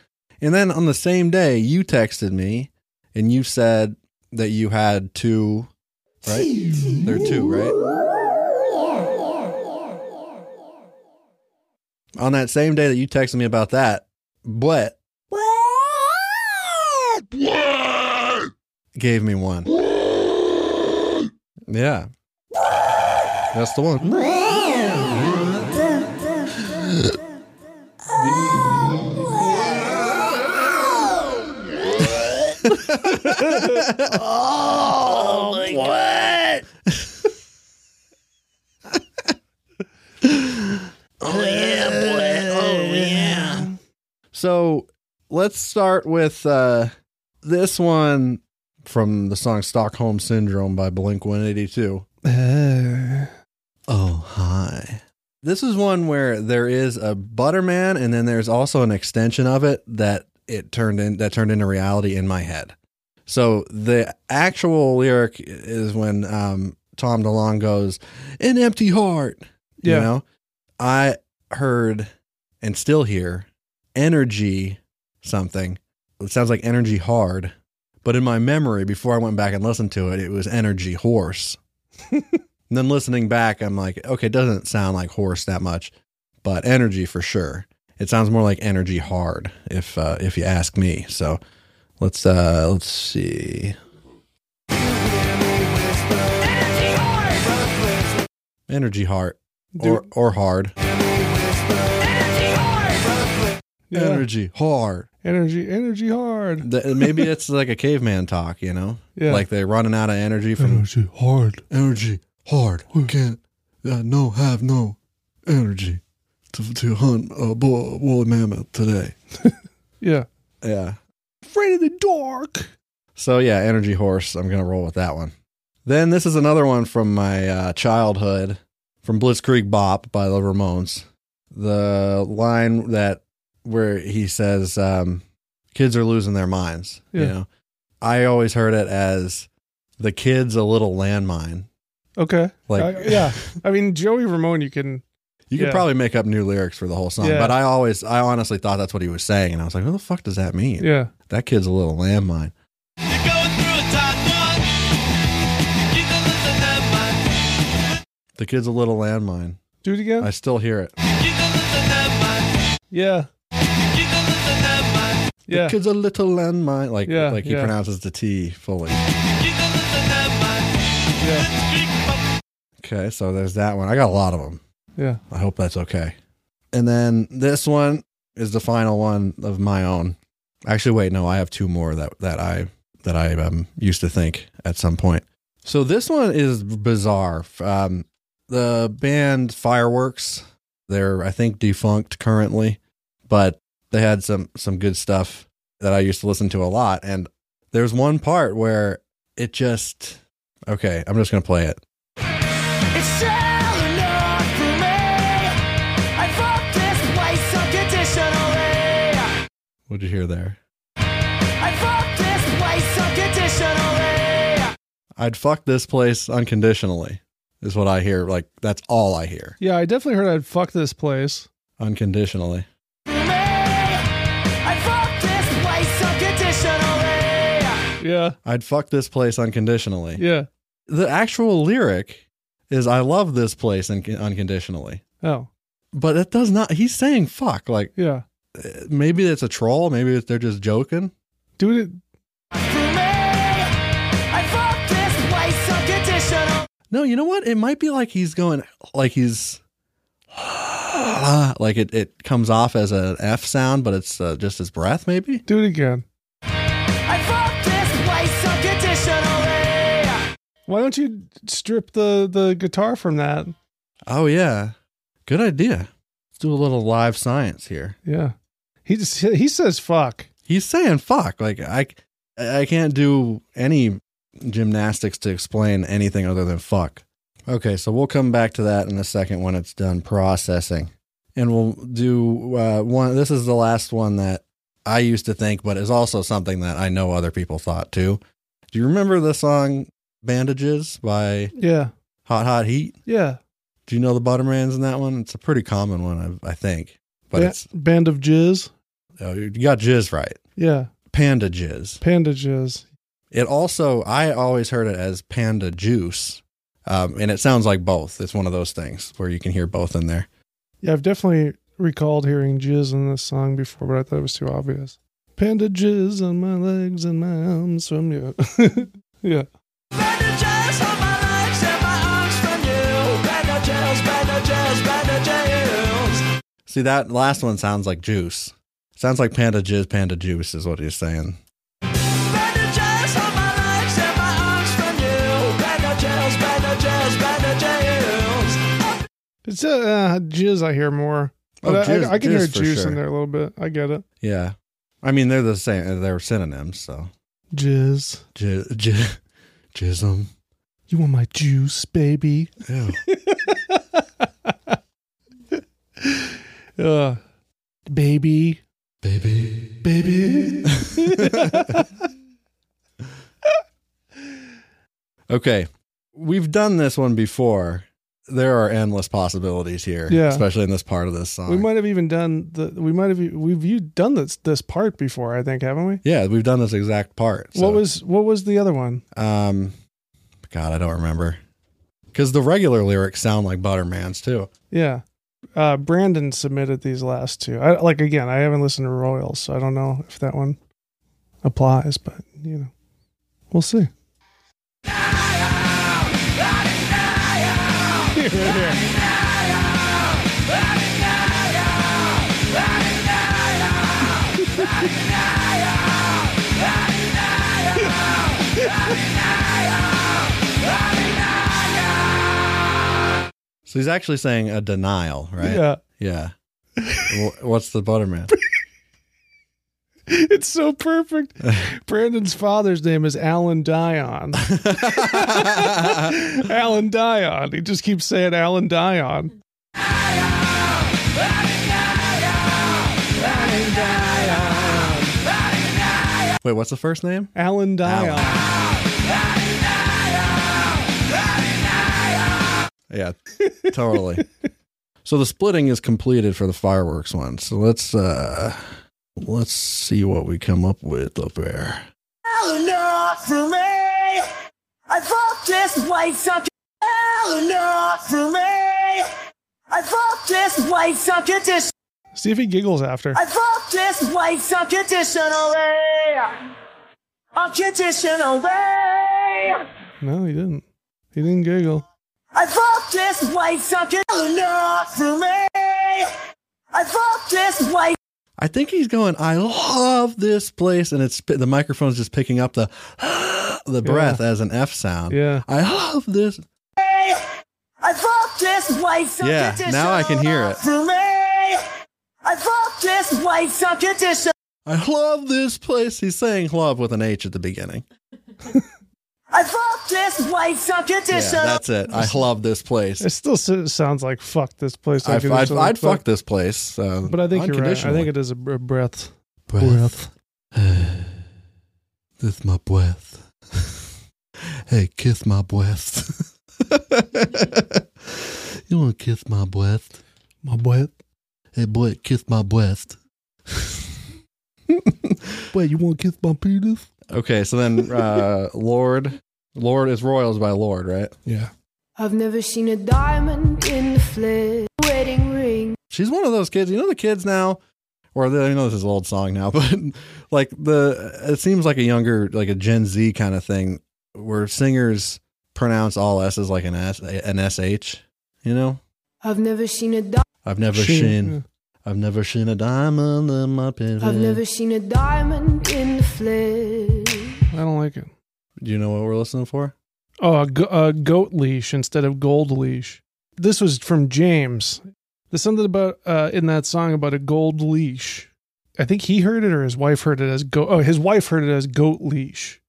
And then on the same day, you texted me and you said that you had two, right? there are two, right? On that same day that you texted me about that, but gave me one. Yeah. That's the one. So let's start with uh, this one from the song Stockholm Syndrome by Blink 182.
Uh,
Oh, hi. This is one where there is a Butterman, and then there's also an extension of it that it turned in that turned into reality in my head. So the actual lyric is when um, Tom DeLonge goes, "An empty heart."
Yeah.
You know, I heard and still hear energy something. It sounds like energy hard, but in my memory, before I went back and listened to it, it was energy horse. And then listening back, I'm like, okay, it doesn't sound like horse that much, but energy for sure. It sounds more like energy hard, if uh, if you ask me. So let's uh, let's see. Energy heart or or hard.
yeah.
Energy hard.
Energy, energy hard.
Th- Maybe it's like a caveman talk, you know?
Yeah. Oh,
Like they're running out of energy from
hard.
energy hard. We can't uh, no have no energy to to hunt a bull, woolly mammoth today.
Yeah.
Yeah.
Afraid of the dark.
So yeah, energy horse. I'm gonna roll with that one. Then this is another one from my uh, childhood, from Blitzkrieg Bop by the Ramones. The line that where he says, um, "Kids are losing their minds." You
Yeah.
know, I always heard it as the kid's a little landmine.
Okay.
Like-
I- yeah. I mean, Joey Ramone, you can.
You could
Yeah.
probably make up new lyrics for the whole song,
Yeah.
but I always, I honestly thought that's what he was saying, and I was like, "What the fuck does that mean?"
Yeah.
That kid's a little landmine. The kid's a little landmine.
Do it again.
I still hear it.
yeah. Yeah.
The kid's a little landmine. Like
Yeah,
like he
yeah.
pronounces the T fully.
Yeah.
Okay, so there's that one. I got a lot of them.
Yeah.
I hope that's okay. And then this one is the final one of my own. Actually, wait, no, I have two more that that I that I um, used to think at some point. So this one is bizarre. Um, the band Fireworks, they're I think defunct currently, but they had some some good stuff that I used to listen to a lot. And there's one part where it just okay. I'm just gonna play it.
It's still enough for me. I love this place unconditionally.
What'd you hear there?
I love this place unconditionally.
I'd fuck this place unconditionally. is what I hear. Like that's all I hear
Yeah, I definitely heard I'd fuck this place.
unconditionally.
I fucked this place unconditionally.
Yeah,
I'd fuck this place unconditionally.
yeah.
The actual lyric is I love this place un- unconditionally.
Oh,
But it does not he's saying fuck like
yeah.
eh, maybe it's a troll, maybe they're just joking.
Dude, it,
For me, I fucked this place unconditionally.
No, you know what? It might be like he's going like he's like it, it comes off as an F sound, but it's uh, just his breath, maybe.
do it again.
I fucked this place unconditionally.
Why don't you strip the the guitar from that?
Oh yeah, good idea. Let's do a little live science here.
Yeah, he just he says fuck.
He's saying fuck. Like I, I can't do any gymnastics to explain anything other than fuck. Okay, so we'll come back to that in a second when it's done processing, and we'll do uh, one. This is the last one that I used to think, but is also something that I know other people thought too. Do you remember the song "Bandages" by
Yeah,
Hot Hot Heat?
yeah.
Do you know the Buttermans in that one? It's a pretty common one, I, I think. But
Ba-
it's
band of jizz.
oh, you got jizz right.
Yeah,
Panda jizz.
panda jizz.
It also I always heard it as panda juice, um, and it sounds like both. It's one of those things where you can hear both in there.
Yeah, I've definitely recalled hearing jizz in this song before, but I thought it was too obvious. Panda jizz on my legs and my arms from you. yeah,
Bandages on my legs and my arms from you. Bandages, bandages, bandages.
See that last one sounds like juice. Sounds like panda jizz, panda juice is what he's saying.
Bandages on my legs and my arms from you. Bandages, bandages, bandages.
it's uh, uh jizz. I hear more.
Oh,
But I,
jizz-
I, I can hear
jizz for
juice
sure.
in there a little bit. I get it.
Yeah, I mean they're the same. uh, They're synonyms. So
Jizz.
jizz, jizz, jism.
You want my juice, baby?
Ew.
Uh, baby.
baby.
Baby.
Okay. We've done this one before. There are endless possibilities here,
Yeah.
especially in this part of this song.
we might have even done the we might have e, we've you done this this part before, I think, haven't we?
yeah, we've done this exact part. So,
What was what was the other one?
um God, I don't remember. Cuz the regular lyrics sound like Butterman's too.
Yeah. Uh Brandon submitted these last two. I like again, I haven't listened to Royals, so I don't know if that one applies, but you know. We'll see. Here, right here.
So he's actually saying a denial, right?
Yeah.
Yeah. Wh- What's the Butterman?
It's so perfect. Brandon's father's name is Alan Dion. Alan Dion. He just keeps saying Alan Dion.
Wait, what's the first name?
Alan Dion.
Yeah, totally. so the splitting is completed for the fireworks one. So let's uh let's see what we come up with up there.
Eleanor Oh, for me. I fucked this place up. Eleanor Oh, for me. I fucked this place unconditionally.
See if he giggles after.
I fucked this place unconditionally. Unconditionally.
No, he didn't. He didn't giggle.
I fucked this place unconditionally. Oh, for me. I fucked this place.
I think he's going. I love this place, and it's the microphone's just picking up the the breath as an F sound.
Yeah.
I love this.
I fucked this place
Yeah, now I can hear it.
For me. I fucked this place unconditionally.
I love this place. He's saying love with an H at the beginning.
I fucked this place
Yeah,
unconditionally.
that's it. I love this place.
It still s- sounds like fuck this place.
I,
I
would
could-
I'd, I'd
but-
fuck this place. Uh,
But I think you're right. I
unconditionally.
think it is a br- breath.
breath. this my breath. hey, kiss my breath. you want to kiss my breast?
My boy.
Hey, boy, kiss my breast.
Wait, you want to kiss my penis?
Okay, so then uh, Lord, Lord is royals by Lord, right?
Yeah.
I've never seen a diamond in the flesh. Wedding ring.
She's one of those kids. You know the kids now, or the, I know this is an old song now, but like the it seems like a younger, like a Gen Z kind of thing, where singers pronounce all s's like an s an sh. You know,
I've never seen a di-
I've never
She-
seen,
yeah.
I've never seen a diamond in my pinky.
I've never seen a diamond in the flesh.
I don't like it.
Do you know what we're listening for?
Oh, a, go- a goat leash instead of gold leash. This was from James. There's something about uh, in that song about a gold leash. I think he heard it or his wife heard it as goat. Oh, his wife heard it as goat leash.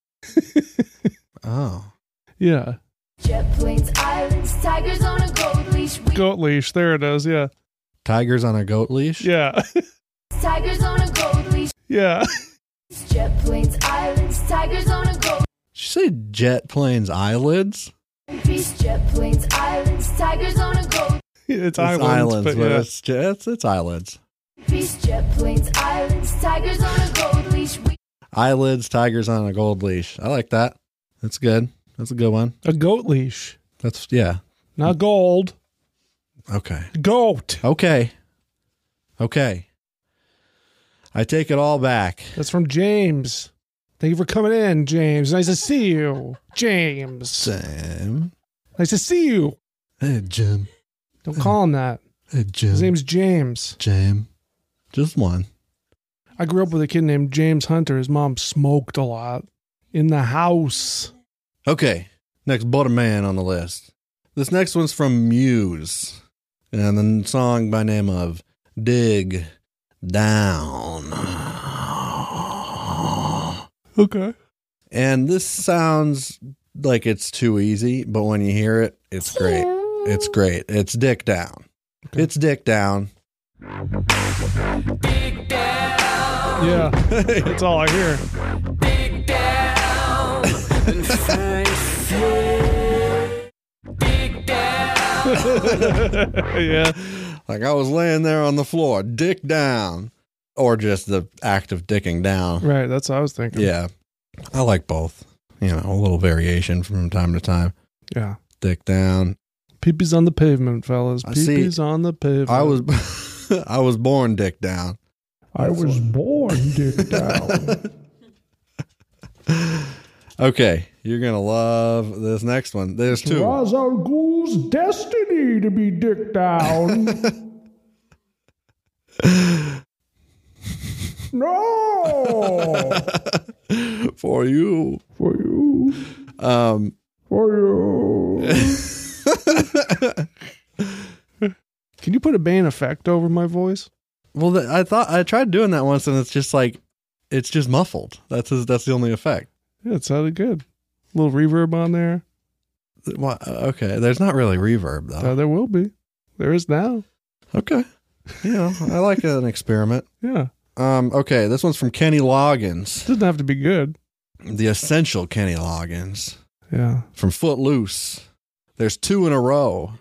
Oh,
Yeah,
Jet planes, islands, tigers on a gold leash. We
goat leash. There it is. Yeah,
tigers on a goat leash.
yeah,
tigers on a gold leash.
yeah.
Jet planes, islands, tigers on a gold
Did she say jet planes eyelids?
leash. Jet planes, islands, tigers on a gold
It's
It's, islands, but, yeah.
it's, it's it's eyelids.
leash. Jet planes, islands, tigers on a gold leash. We
Eyelids, tigers on a gold leash. I like that. That's good. That's a good one.
a goat leash,
That's yeah.
not gold.
Okay.
Goat.
Okay. Okay. I take it all back.
That's from James. Thank you for coming in, James. Nice to see you, James.
Sam.
Nice to see you.
Hey Jim.
Don't call him that.
Hey Jim.
His name's James.
Jim. Just one.
I grew up with a kid named James Hunter. His mom smoked a lot in the house.
Okay. Next bottom man on the list. This next one's from Muse. And the song by name of Dig Down.
Okay.
And this sounds like it's too easy, but when you hear it, it's great. It's great. It's dick down. It's dick down.
Yeah. That's all I hear. yeah.
Like I was laying there on the floor, dick down, or just the act of dicking down.
Right. That's what I was thinking.
Yeah. I like both. You know, a little variation from time to time.
Yeah.
Dick down.
Peepees on the pavement, fellas.
I see.
Peepees on the pavement.
I was I was born dick down.
I was born dick down.
Okay, you're going to love this next one. There's two.
our ghoul's destiny to be dick down. no.
for you.
For you.
Um
For you. Can you put a Bane effect over my voice?
Well, th- I thought I tried doing that once, and it's just like it's just muffled. That's his, that's the only effect.
Yeah, it sounded good. A little reverb on there.
Th- why- uh, Okay, there's not really reverb
Uh,
though.
there will be. There is now.
Okay, you know I like an experiment.
Yeah.
Um, okay, this one's from Kenny Loggins,
doesn't have to be good.
the essential Kenny Loggins
Yeah.
from Footloose. There's two in a row.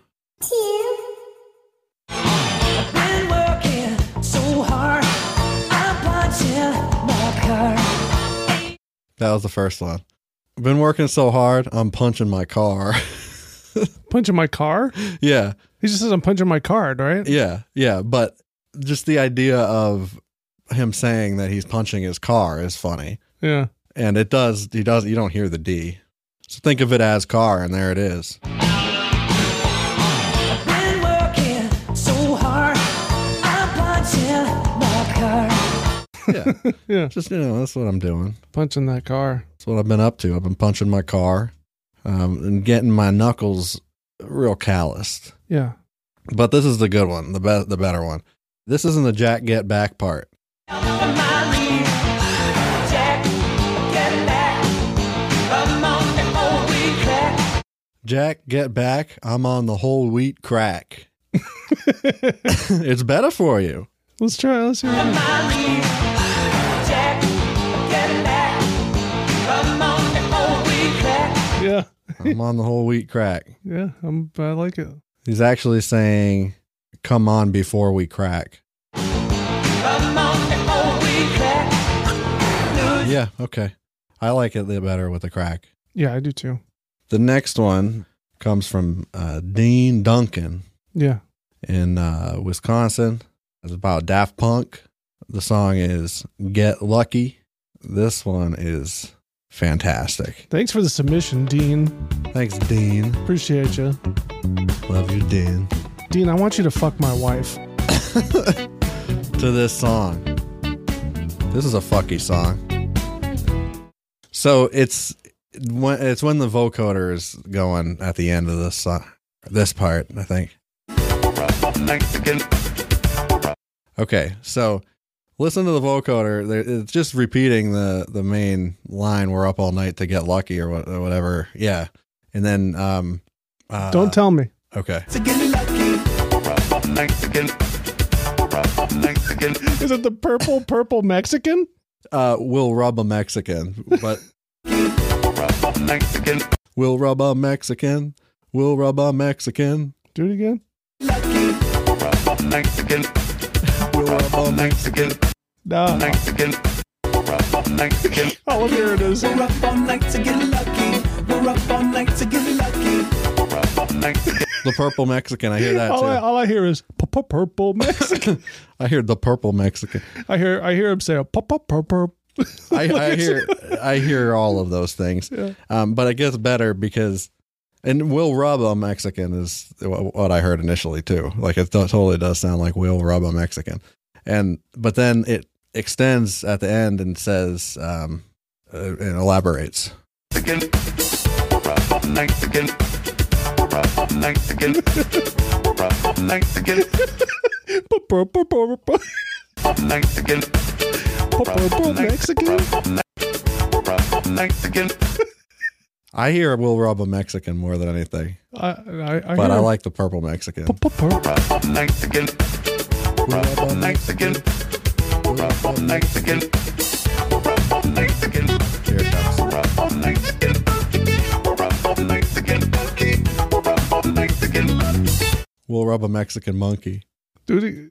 Been working so hard. I'm punching my car.
That was the first one. Been working so hard, I'm punching my car.
Punching my car?
yeah,
He just says I'm punching my card, right?
yeah, yeah. But just the idea of him saying that he's punching his car is funny.
Yeah.
and it does he does you don't hear the d so think of it as car and there it is
Been working so hard. I'm punching my car.
yeah
Yeah.
just you know that's what i'm doing
Punching that car.
that's what i've been up to i've been punching my car um, and getting my knuckles real calloused
Yeah.
but this is the good one the best the better one this isn't the jack get back part jack get back i'm on the whole wheat crack it's better for you
Let's try. Let's hear it. Yeah.
I'm on the whole wheat crack.
Yeah, I'm, I like it.
He's actually saying, come on before we crack.
Come on before we crack.
Yeah, okay. I like it better with the crack.
Yeah, I do too.
The next one comes from uh, Dean Duncan
Yeah.
in uh, Wisconsin. It's about Daft Punk. The song is Get Lucky. This one is fantastic.
Thanks for the submission, Dean.
Thanks, Dean.
Appreciate you.
Love you, Dean.
Dean, I want you to fuck my wife.
to this song. This is a fucky song. So it's when it's when the vocoder is going at the end of this song, this part, I think. Okay, so listen to the vocoder. There- It's just repeating the the main line. We're up all night to get lucky or what- or whatever. Yeah, and then um, uh,
Don't tell me.
Okay,
Is it the purple, purple Mexican?
uh, we'll rub a Mexican, but we'll rub a Mexican, we'll rub a Mexican,
Do it again.
we'll rub a Mexican.
Nah. Oh, here it is.
We're up all night to get lucky. We're up all night to get lucky.
The purple Mexican, I hear that
All I,
too.
all I hear is purple Mexican.
I hear the purple Mexican.
I hear I hear him say purple.
I, I hear I hear all of those things, um, but it gets better because and will rub a Mexican is wh- what I heard initially too. Like it do- totally does sound like will rub a Mexican, and but then it extends at the end and says um, uh, and elaborates.
Purple Mexican.
I hear will rub a Mexican more than anything,
I, I, I
but
hear
I like the purple Mexican.
purple.
Will rub a Mexican. Will rub a Mexican. Here it comes. We'll rub a Mexican monkey.
Dude,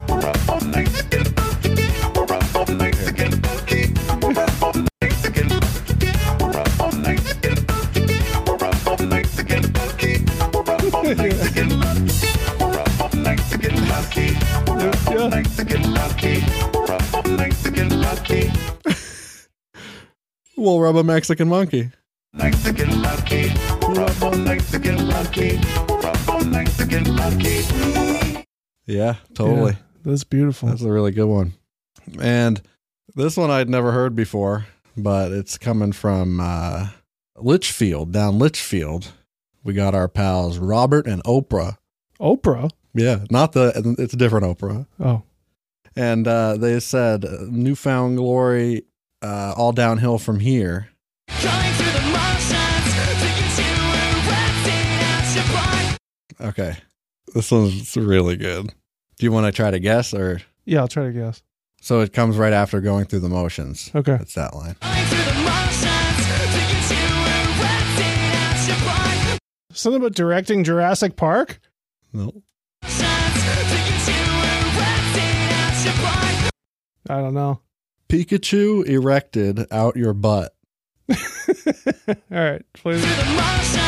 yeah.
We'll rub a Mexican monkey. Yeah, totally.
Yeah, that's beautiful.
That's a really good one. And this one I'd never heard before, but it's coming from uh, Litchfield, down Litchfield. We got our pals Robert and Oprah.
Oprah.
Yeah, not the, it's a different Oprah.
Oh,
And uh, they said, Newfound Glory, uh, all downhill from here. Okay. This one's really good. Do you want to try to guess or?
yeah. I'll try to guess.
So it comes right after going through the motions.
Okay.
That's that line.
Something about directing Jurassic Park.
Nope.
I don't know.
Pikachu erected out your butt.
All right, play the-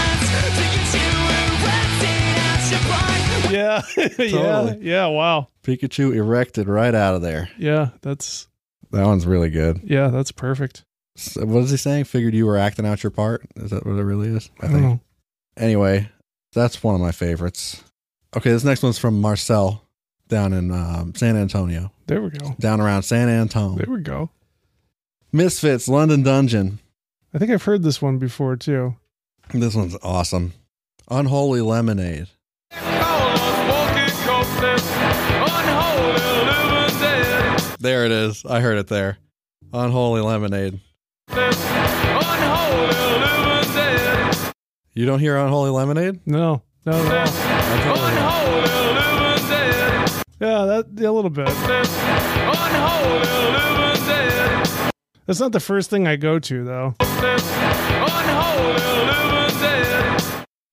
Yeah, yeah,
Totally.
yeah. Wow.
Pikachu erected right out of there.
Yeah, that's
That one's really good.
yeah, that's perfect.
So what is he saying? Figured you were acting out your part. Is that what it really is? I
I don't
think.
know.
Anyway, that's one of my favorites. Okay, this next one's from Marcel down in um, San Antonio,
There we go.
down around San
There
Antonio.
we go.
Misfits, London Dungeon.
I think I've heard this one before too.
This one's awesome. Unholy Lemonade. There it is. I heard it there. Unholy Lemonade. You don't hear Unholy Lemonade?
No, no, no. Yeah, that yeah, a little bit. That's not the first thing I go to though. I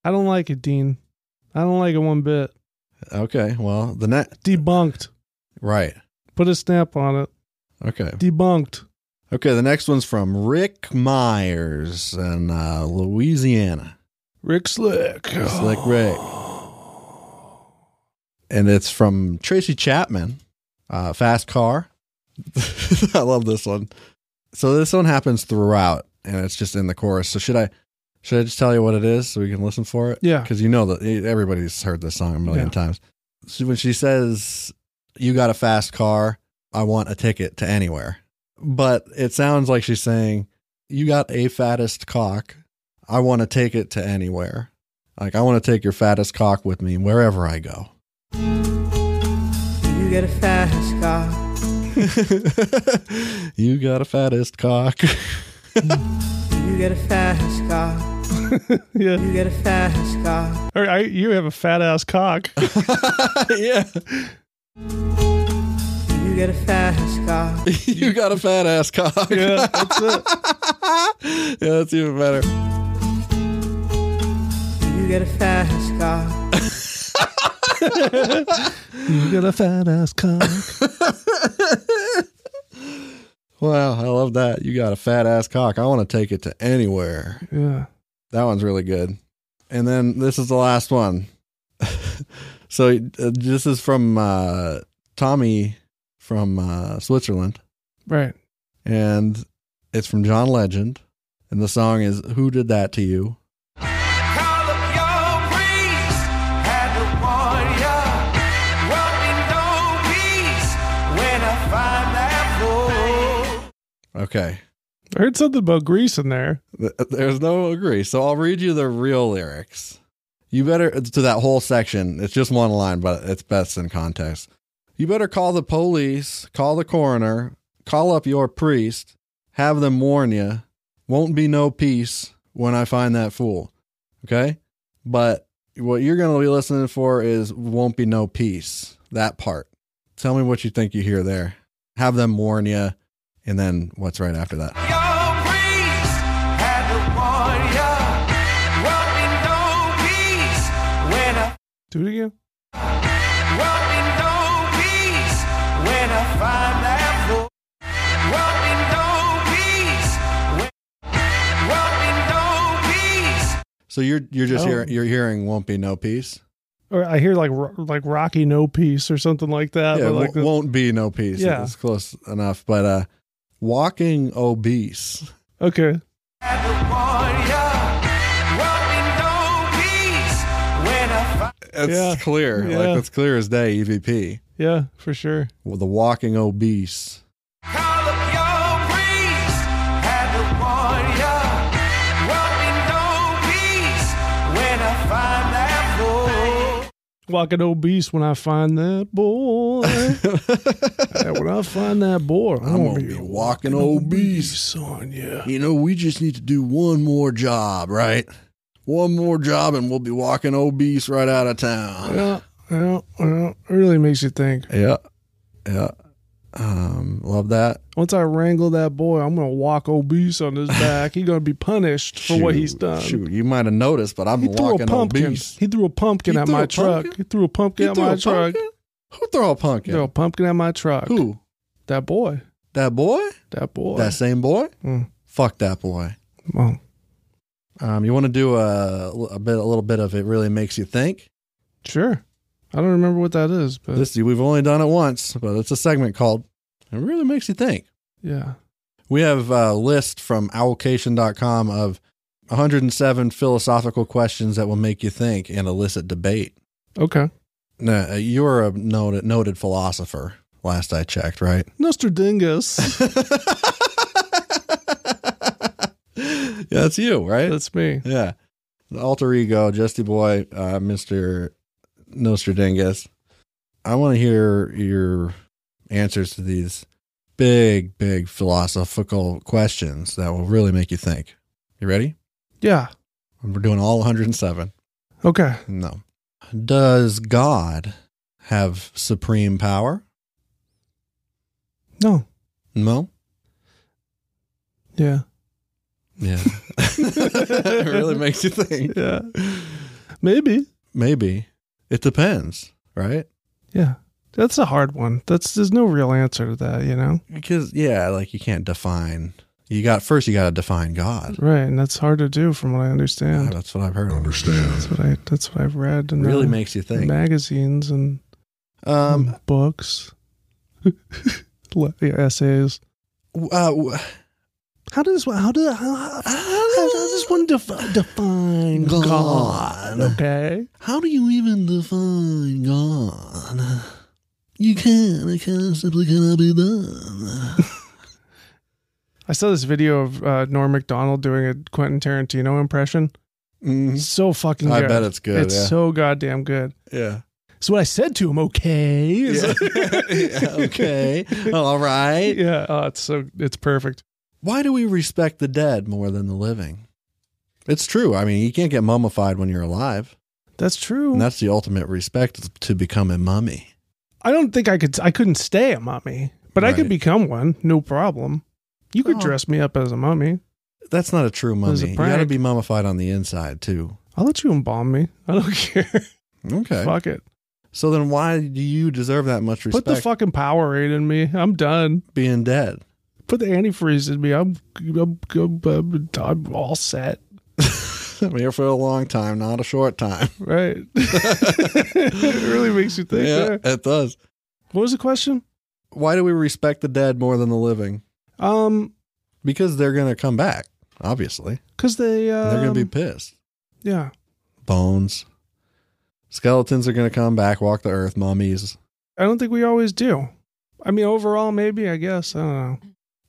don't like it, Dean. I don't like it one bit.
Okay. Well, the net.
Debunked.
Right.
Put a stamp on it.
Okay.
Debunked.
Okay. The next one's from Rick Myers in uh, Louisiana.
Rick Slick.
Slick Rick. And it's from Tracy Chapman, uh, Fast Car. I love this one. So this one happens throughout, and it's just in the chorus. So should I, should I just tell you what it is so we can listen for it?
Yeah.
because you know that e, everybody's heard this song a million
Yeah.
times. So when she says, "You got a fast car, I want a ticket to anywhere," but it sounds like she's saying, "You got a fattest cock, I want to take it to anywhere." Like I want to take your fattest cock with me wherever I go.
You get a fast car.
you got a fattest cock.
You get a fast car.
Yeah.
You get a fast car.
All right, you have a fat ass cock.
yeah,
You get a fast car.
you got a fat ass cock.
yeah, that's it.
yeah, that's even better.
You get a fast car.
You got a fat ass cock.
Wow, I love that. You got a fat ass cock. I want to take it to anywhere.
Yeah.
That one's really good. And then this is the last one. so uh, this is from uh, Tommy from uh, Switzerland,
Right.
and it's from John Legend, and the song is "Who Did That to You." Okay,
I heard something about grease in there.
Th- There's no agree. So I'll read you the real lyrics. You better to that whole section. It's just one line, but it's best in context. You better call the police, call the coroner, call up your priest, have them warn you. Won't be no peace when I find that fool. Okay? But what you're going to be listening for is won't be no peace. That part. Tell me what you think you hear there. Have them warn you and then what's right after that?
Do it again.
So you're you're just
Oh.
hearing you're hearing won't be no peace.
Or I hear like ro- like Rocky No Peace or something like that.
yeah,
Uh, but
wo-
like the-
won't be no peace.
Yeah.
it's close enough. But uh, walking obese.
okay.
It's
Yeah.
clear,
Yeah.
like it's clear as day. EVP.
Yeah, for sure.
Well, the walking obese.
Walking obese when I find that boy. Yeah, when I find that boy, I'm,
gonna be walking obese.
on you.
You know, we just need to do one more job, right? One more job, and we'll be walking obese right out of town.
Yeah, yeah, yeah. It really makes you think.
Yeah, yeah. Um, love that.
Once I wrangle that boy, I'm gonna walk obese on his back. He's gonna be punished for what he's
Shoot,
done.
Shoot, you might have noticed, but I'm
He threw a
walking
pumpkin.
obese.
He threw a pumpkin
He
at
threw
my
a
truck.
pumpkin?
He threw a pumpkin
He
at
threw
my
a
truck.
pumpkin? Who threw a pumpkin?
Threw a pumpkin at my truck.
Who?
That boy.
That boy?
That boy.
That same boy?
Mm.
Fuck that boy.
Well,
Um, you want to do a, a bit, a little bit of it really makes you think.
sure. I don't remember what that is, but
This we've only done it once, but it's a segment called "It Really Makes You Think."
yeah.
We have a list from owlcation.com of 107 philosophical questions that will make you think and elicit debate.
Okay.
Now, uh, you're a noted, noted philosopher. Last I checked, right?
Nostradingus.
yeah, that's you, right?
That's me.
yeah. The alter ego, Justy Boy, uh, Mr. Nostradamus. I want to hear your answers to these big, big philosophical questions that will really make you think. You ready?
Yeah.
We're doing all 107.
Okay.
No. Does God have supreme power?
No.
No.
Yeah.
Yeah. it really makes you think.
Yeah. Maybe.
Maybe. It depends, right?
Yeah. That's a hard one. That's there's no real answer to that, you know?
Because yeah, like you can't define. You got first. You got to define God.
Right. And that's hard to do from what I
Yeah,
Mm-hmm. understand.
that's what I've heard.
Understand.
That's what I that's what I've read and
Really makes you think.
magazines and
Um,
books. Le- yeah, essays.
w- uh, w-
How does how do how, how, how does one defi- define
God.
Okay.
how do you even define God? You can't. It can simply cannot be done.
I saw this video of uh, Norm Macdonald doing a Quentin Tarantino impression.
Mhm.
So fucking
I
good.
bet it's good,
It's
yeah.
so goddamn good.
Yeah.
So what I said to him, okay. is-
Yeah. Yeah, okay. All right.
yeah. Oh, it's so it's perfect.
Why do we respect the dead more than the living? It's true. I mean, you can't get mummified when you're alive.
That's true.
And that's the ultimate respect is to become a mummy.
I don't think I could. I couldn't stay a mummy, but I
Right.
could become one. No problem. You could
Oh.
dress me up as a mummy.
That's not a true mummy.
was a
you got to
prank.
be mummified on the inside too.
I'll let you embalm me. I don't care.
Okay.
Fuck it.
So then, why do you deserve that much respect?
Put the fucking Powerade in me. I'm done.
being dead.
Put the antifreeze in me. I'm I'm, I'm, I'm, I'm all set.
I'm here for a long time, not a short time.
Right. it really makes you think. yeah.
it does.
What was the question?
Why do we respect the dead more than the living?
Um,
Because they're gonna come back, obviously.
because they um,
And they're gonna be pissed.
yeah.
Bones, skeletons are gonna come back, walk the earth. Mummies.
I don't think we always do. I mean, overall, maybe I guess I don't know.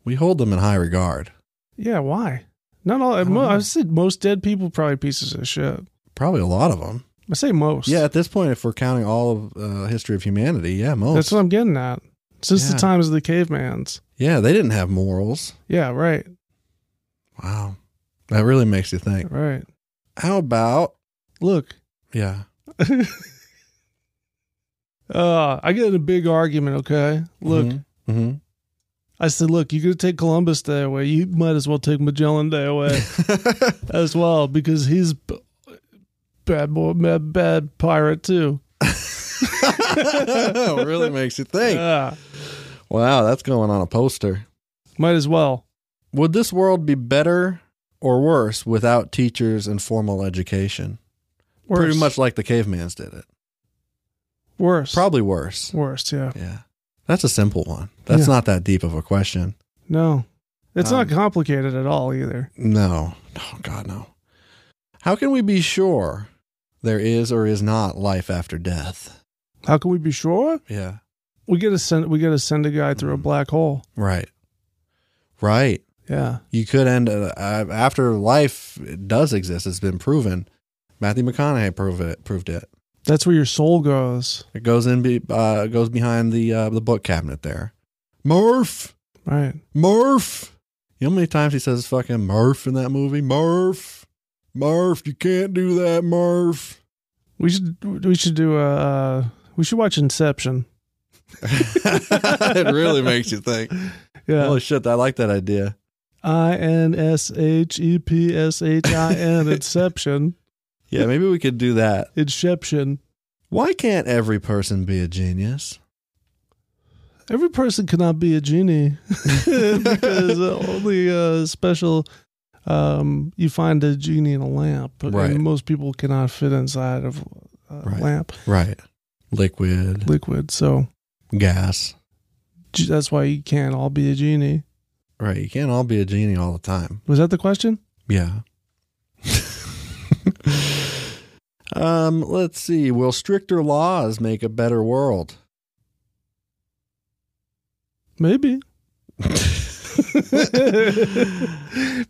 We hold them in high regard.
Yeah, why? Not all. I,
don't
mo-
know.
I said most dead people probably pieces of shit.
Probably a lot of them.
I say most.
Yeah, at this point, if we're counting all of uh, history of humanity, yeah, most.
that's what I'm getting at. Since
Yeah.
the times of the cavemans.
yeah, they didn't have morals.
Yeah, right,
Wow. That really makes you think.
right.
How about
Look,
yeah.
uh, I get in a big argument. Okay, look,
Mhm.
I said, look, you're gonna take Columbus Day away. You might as well take Magellan Day away
Mhm.
as well because he's b- bad boy, bad, bad pirate too.
It really makes you think.
Yeah,
Wow, that's going on a poster.
Ah, might as well.
Would this world be better or worse without teachers and formal education? Pretty
Worse.
much like the cavemans did it.
worse.
Probably worse.
worse. Yeah.
Yeah. That's a simple one. That's
Yeah.
not that deep of a question.
No. It's not
Um,
complicated at all either.
No. No, God, no. How can we be sure there is or is not life after death?
How can we be sure?
Yeah.
We gotta send we gotta send a guy through a black hole.
Right. Right.
Yeah.
you could end uh, uh, after life does exist. It's been proven. Matthew McConaughey proved it. Proved it.
That's where your soul goes.
It goes in. Be, uh, it goes behind the uh, the book cabinet there. Murph,
Right.
Murph. You know how many times he says fucking Murph in that movie? Murph, Murph. You can't do that, Murph.
We should we should do a uh, we should watch Inception.
it really makes you think.
Yeah.
Holy shit! I like that idea.
I N S H E P S H I N Inception.
Yeah, maybe we could do that.
Inception.
Why can't every person be a genius?
Every person cannot be a genie because only uh, special. Um, you find a genie in a lamp,
Right.
and most people cannot fit inside of a
Right.
lamp
Right. Liquid,
liquid. So
gas.
g- that's why you can't all be a genie.
Right. You can't all be a genie all the time.
Was that the question?
Yeah. um, let's see. Will stricter laws make a better world?
Maybe. Bro,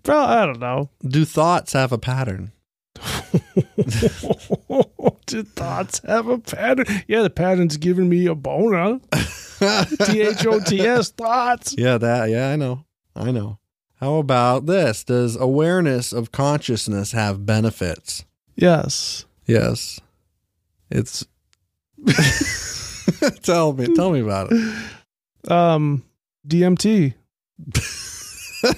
I don't know.
Do thoughts have a pattern?
Do thoughts have a pattern? Yeah, the pattern's giving me a boner. T H O T S thoughts.
Yeah, that yeah, I know. I know. How about this? Does awareness of consciousness have benefits?
Yes.
Yes. It's Tell me, tell me about it.
Um, DMT.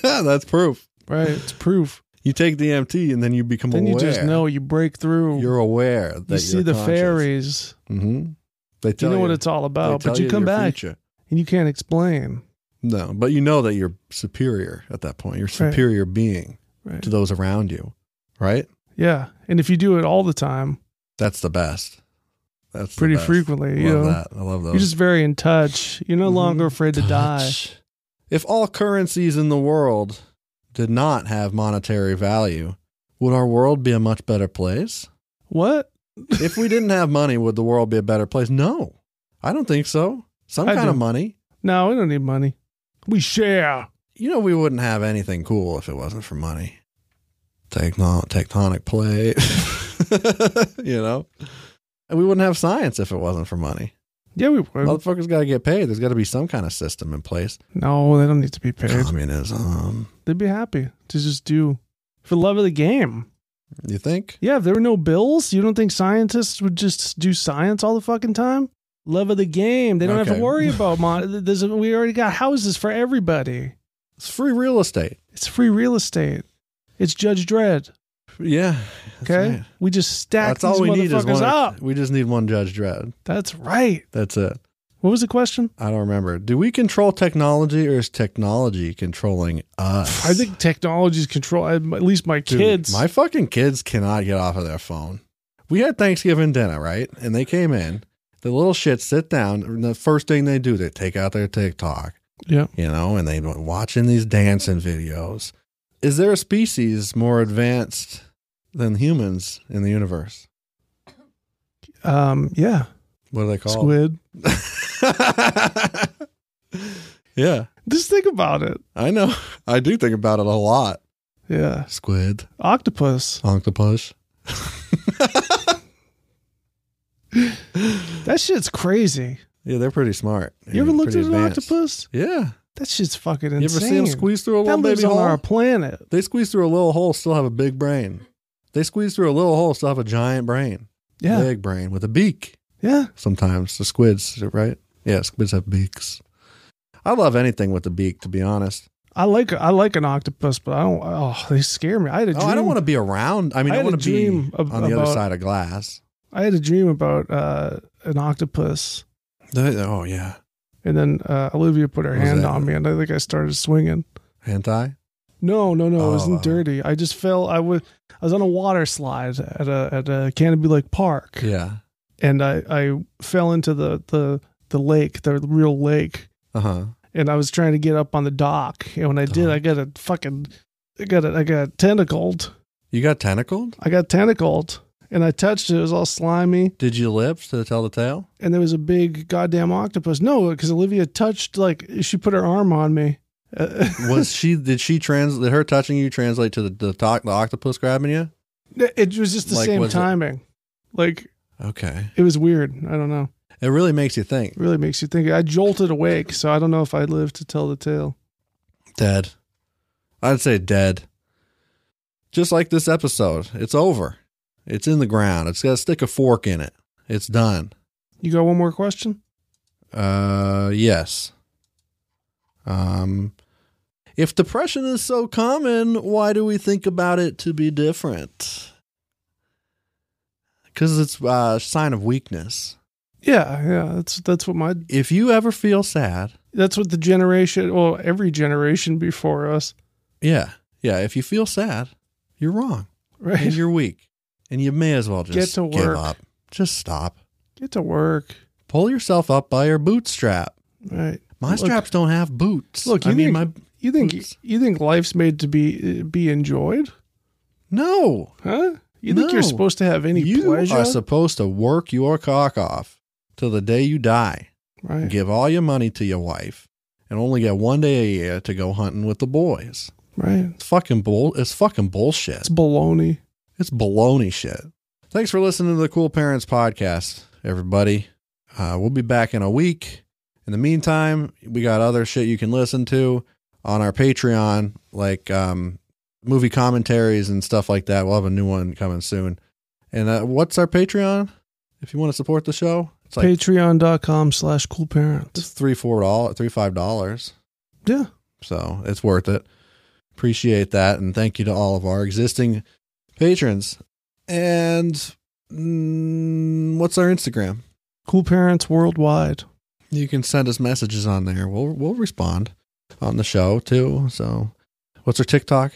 That's proof.
Right. It's proof.
You take DMT and then you become
Then
aware.
you just know you break through.
You're aware that
you see the fairies.
Mm-hmm. They
You
tell
know what
you-
it's all
they
about,
tell
but you come
your
back
future.
and you can't explain.
No, but you know that you're superior at that point. You're a
Right.
superior being
Right.
to those around you, right?
Yeah, and if you do it all the time,
That's the best. That's the
Pretty
best.
frequently,
Love
you know.
that. I love those.
you're just very in touch. You're no
Mhm.
longer afraid to die.
Touch. If all currencies in the world did not have monetary value, would our world be a much better place?
What?
if we didn't have money, would the world be a better place? No, I don't think so. Some
I
kind of
do.
money.
No, we don't need money. We share.
You know, we wouldn't have anything cool if it wasn't for money. Tecton- tectonic plate, you know? And we wouldn't have science if it wasn't for money.
Yeah, we would.
Motherfuckers got to get paid. There's got to be some kind of system in place.
no, they don't need to be paid.
Communism.
They'd be happy to just do for the love of the game.
You think?
Yeah, if there were no bills, you don't think scientists would just do science all the fucking time? Love of the game. They don't have
Okay.
to worry about mon- there's a, we already got houses for everybody.
It's free real estate.
It's free real estate. It's Judge Dredd.
Yeah. that's
Okay,
right.
we just stack
That's, all
these
we need is
motherfuckers
one.
up.
We just need one Judge Dredd.
That's right.
That's it.
What was the question?
I don't remember. Do we control technology or is technology controlling us?
I think technologies control at least my
Dude,
kids.
My fucking kids cannot get off of their phone. We had Thanksgiving dinner, right? And they came in. The little shits sit down. And the first thing they do, they take out their TikTok,
yeah,
you know, and they were watching these dancing videos. Is there a species more advanced than humans in the universe?
um, yeah,
What are
Oh.
they called?
squid.
yeah,
Just think about it.
I know. I do think about it a lot.
Yeah,
Squid,
octopus.
octopus.
That shit's crazy.
Yeah, they're pretty smart.
You ever
Yeah,
looked at
pretty
an
advanced.
octopus?
Yeah.
That shit's fucking insane.
You ever see them squeeze through a
that
little
lives
baby
on
hole?
our planet.
They squeeze through a little hole, still have a big brain. They squeeze through a little hole, still have a giant brain.
Yeah,
Big brain with a beak
yeah.
sometimes. The squids, right? Yeah, squids have beaks. I love anything with a beak, to be honest.
I like I like an octopus, but I don't. Oh, they scare me. I had a dream.
Oh, I don't want to be around. I mean, I,
I had a
want to be
dream ab-
on the other
about-
side of glass.
I had a dream about uh, an octopus.
The- oh, yeah.
And then uh, Olivia put her
What was
hand
that?
on me, and I think I started swinging.
Hentai?
No, no, no, it
Oh.
wasn't dirty. I just fell. I was I was on a water slide at a at a Canopy Lake Park,
Yeah.
and I I fell into the the the lake, the real lake,
Uh huh.
and I was trying to get up on the dock, and when I did, I got a fucking I got a, I got tentacled.
You got tentacled?
I got tentacled, and I touched it. It was all slimy.
Did you lips to tell the tale?
and there was a big goddamn octopus. No, because Olivia touched like she put her arm on me. Uh,
Was she? Did she trans? Did her touching you translate to the the, to- the octopus grabbing you?
it was just the
Like,
same
was it-
timing. Like
Okay,
it was weird. I don't know.
it really makes you think.
It really makes you think. I jolted awake, so I don't know if I live to tell the tale.
Dead. I'd say dead. Just like this episode, it's over. It's in the ground. It's got to stick a fork in it. It's done.
You got one more question?
Uh, yes. Um, if depression is so common, why do we think about it to be different? Because it's uh, a sign of weakness.
Yeah, yeah. That's that's what my
If you ever feel sad,
that's what the generation. Well, every generation before us,
yeah, yeah, if you feel sad, you're wrong
right?
and you're weak, and you may as well just
Get to
give
work.
up. Just stop.
Get to work,
Pull yourself up by your bootstrap.
right?
My
Look-
straps don't have boots.
Look, you
I mean,
think-
my
You think
Oops.
you think life's made to be be enjoyed,
no.
huh? You think you're
No.
supposed to have any
you
pleasure?
are supposed to work your cock off till the day you die.
right.
Give all your money to your wife, and only get one day a year to go hunting with the boys.
Right.
It's fucking bull. It's fucking bullshit.
It's baloney.
It's baloney shit. Thanks for listening to the Cool Parents Podcast, everybody. Uh, we'll be back in a week. In the meantime, we got other shit you can listen to on our Patreon, like um, movie commentaries and stuff like that. We'll have a new one coming soon. And uh, what's our Patreon? If you want to support the show, it's like
Patreon.com slash cool parents.
it's three four dollars, three five dollars.
Yeah.
So it's worth it. Appreciate that. And thank you to all of our existing patrons. And mm, what's our Instagram?
Cool parents worldwide.
You can send us messages on there. We'll we'll respond on the show too. So, what's our TikTok?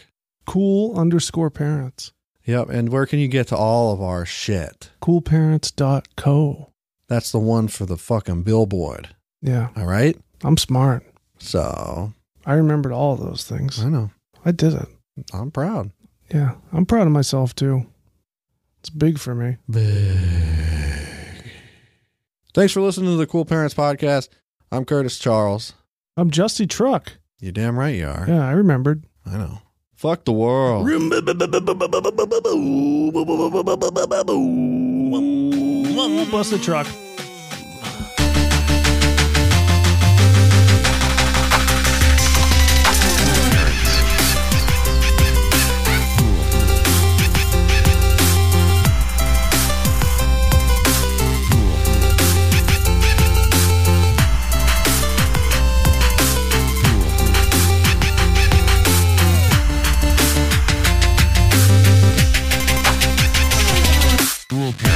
Cool underscore parents.
Yep. And where can you get to all of our shit?
Coolparents.co.
That's the one for the fucking billboard.
Yeah,
All right.
I'm smart.
So
I remembered all of those things.
I know
I did it.
I'm proud.
Yeah, I'm proud of myself too. It's big for me.
Thanks for listening to the Cool Parents Podcast. I'm Curtis Charles.
I'm Justy Truck.
You damn right you are.
Yeah, I remembered.
I know. Fuck the world.
Bust the truck.
Cool parents.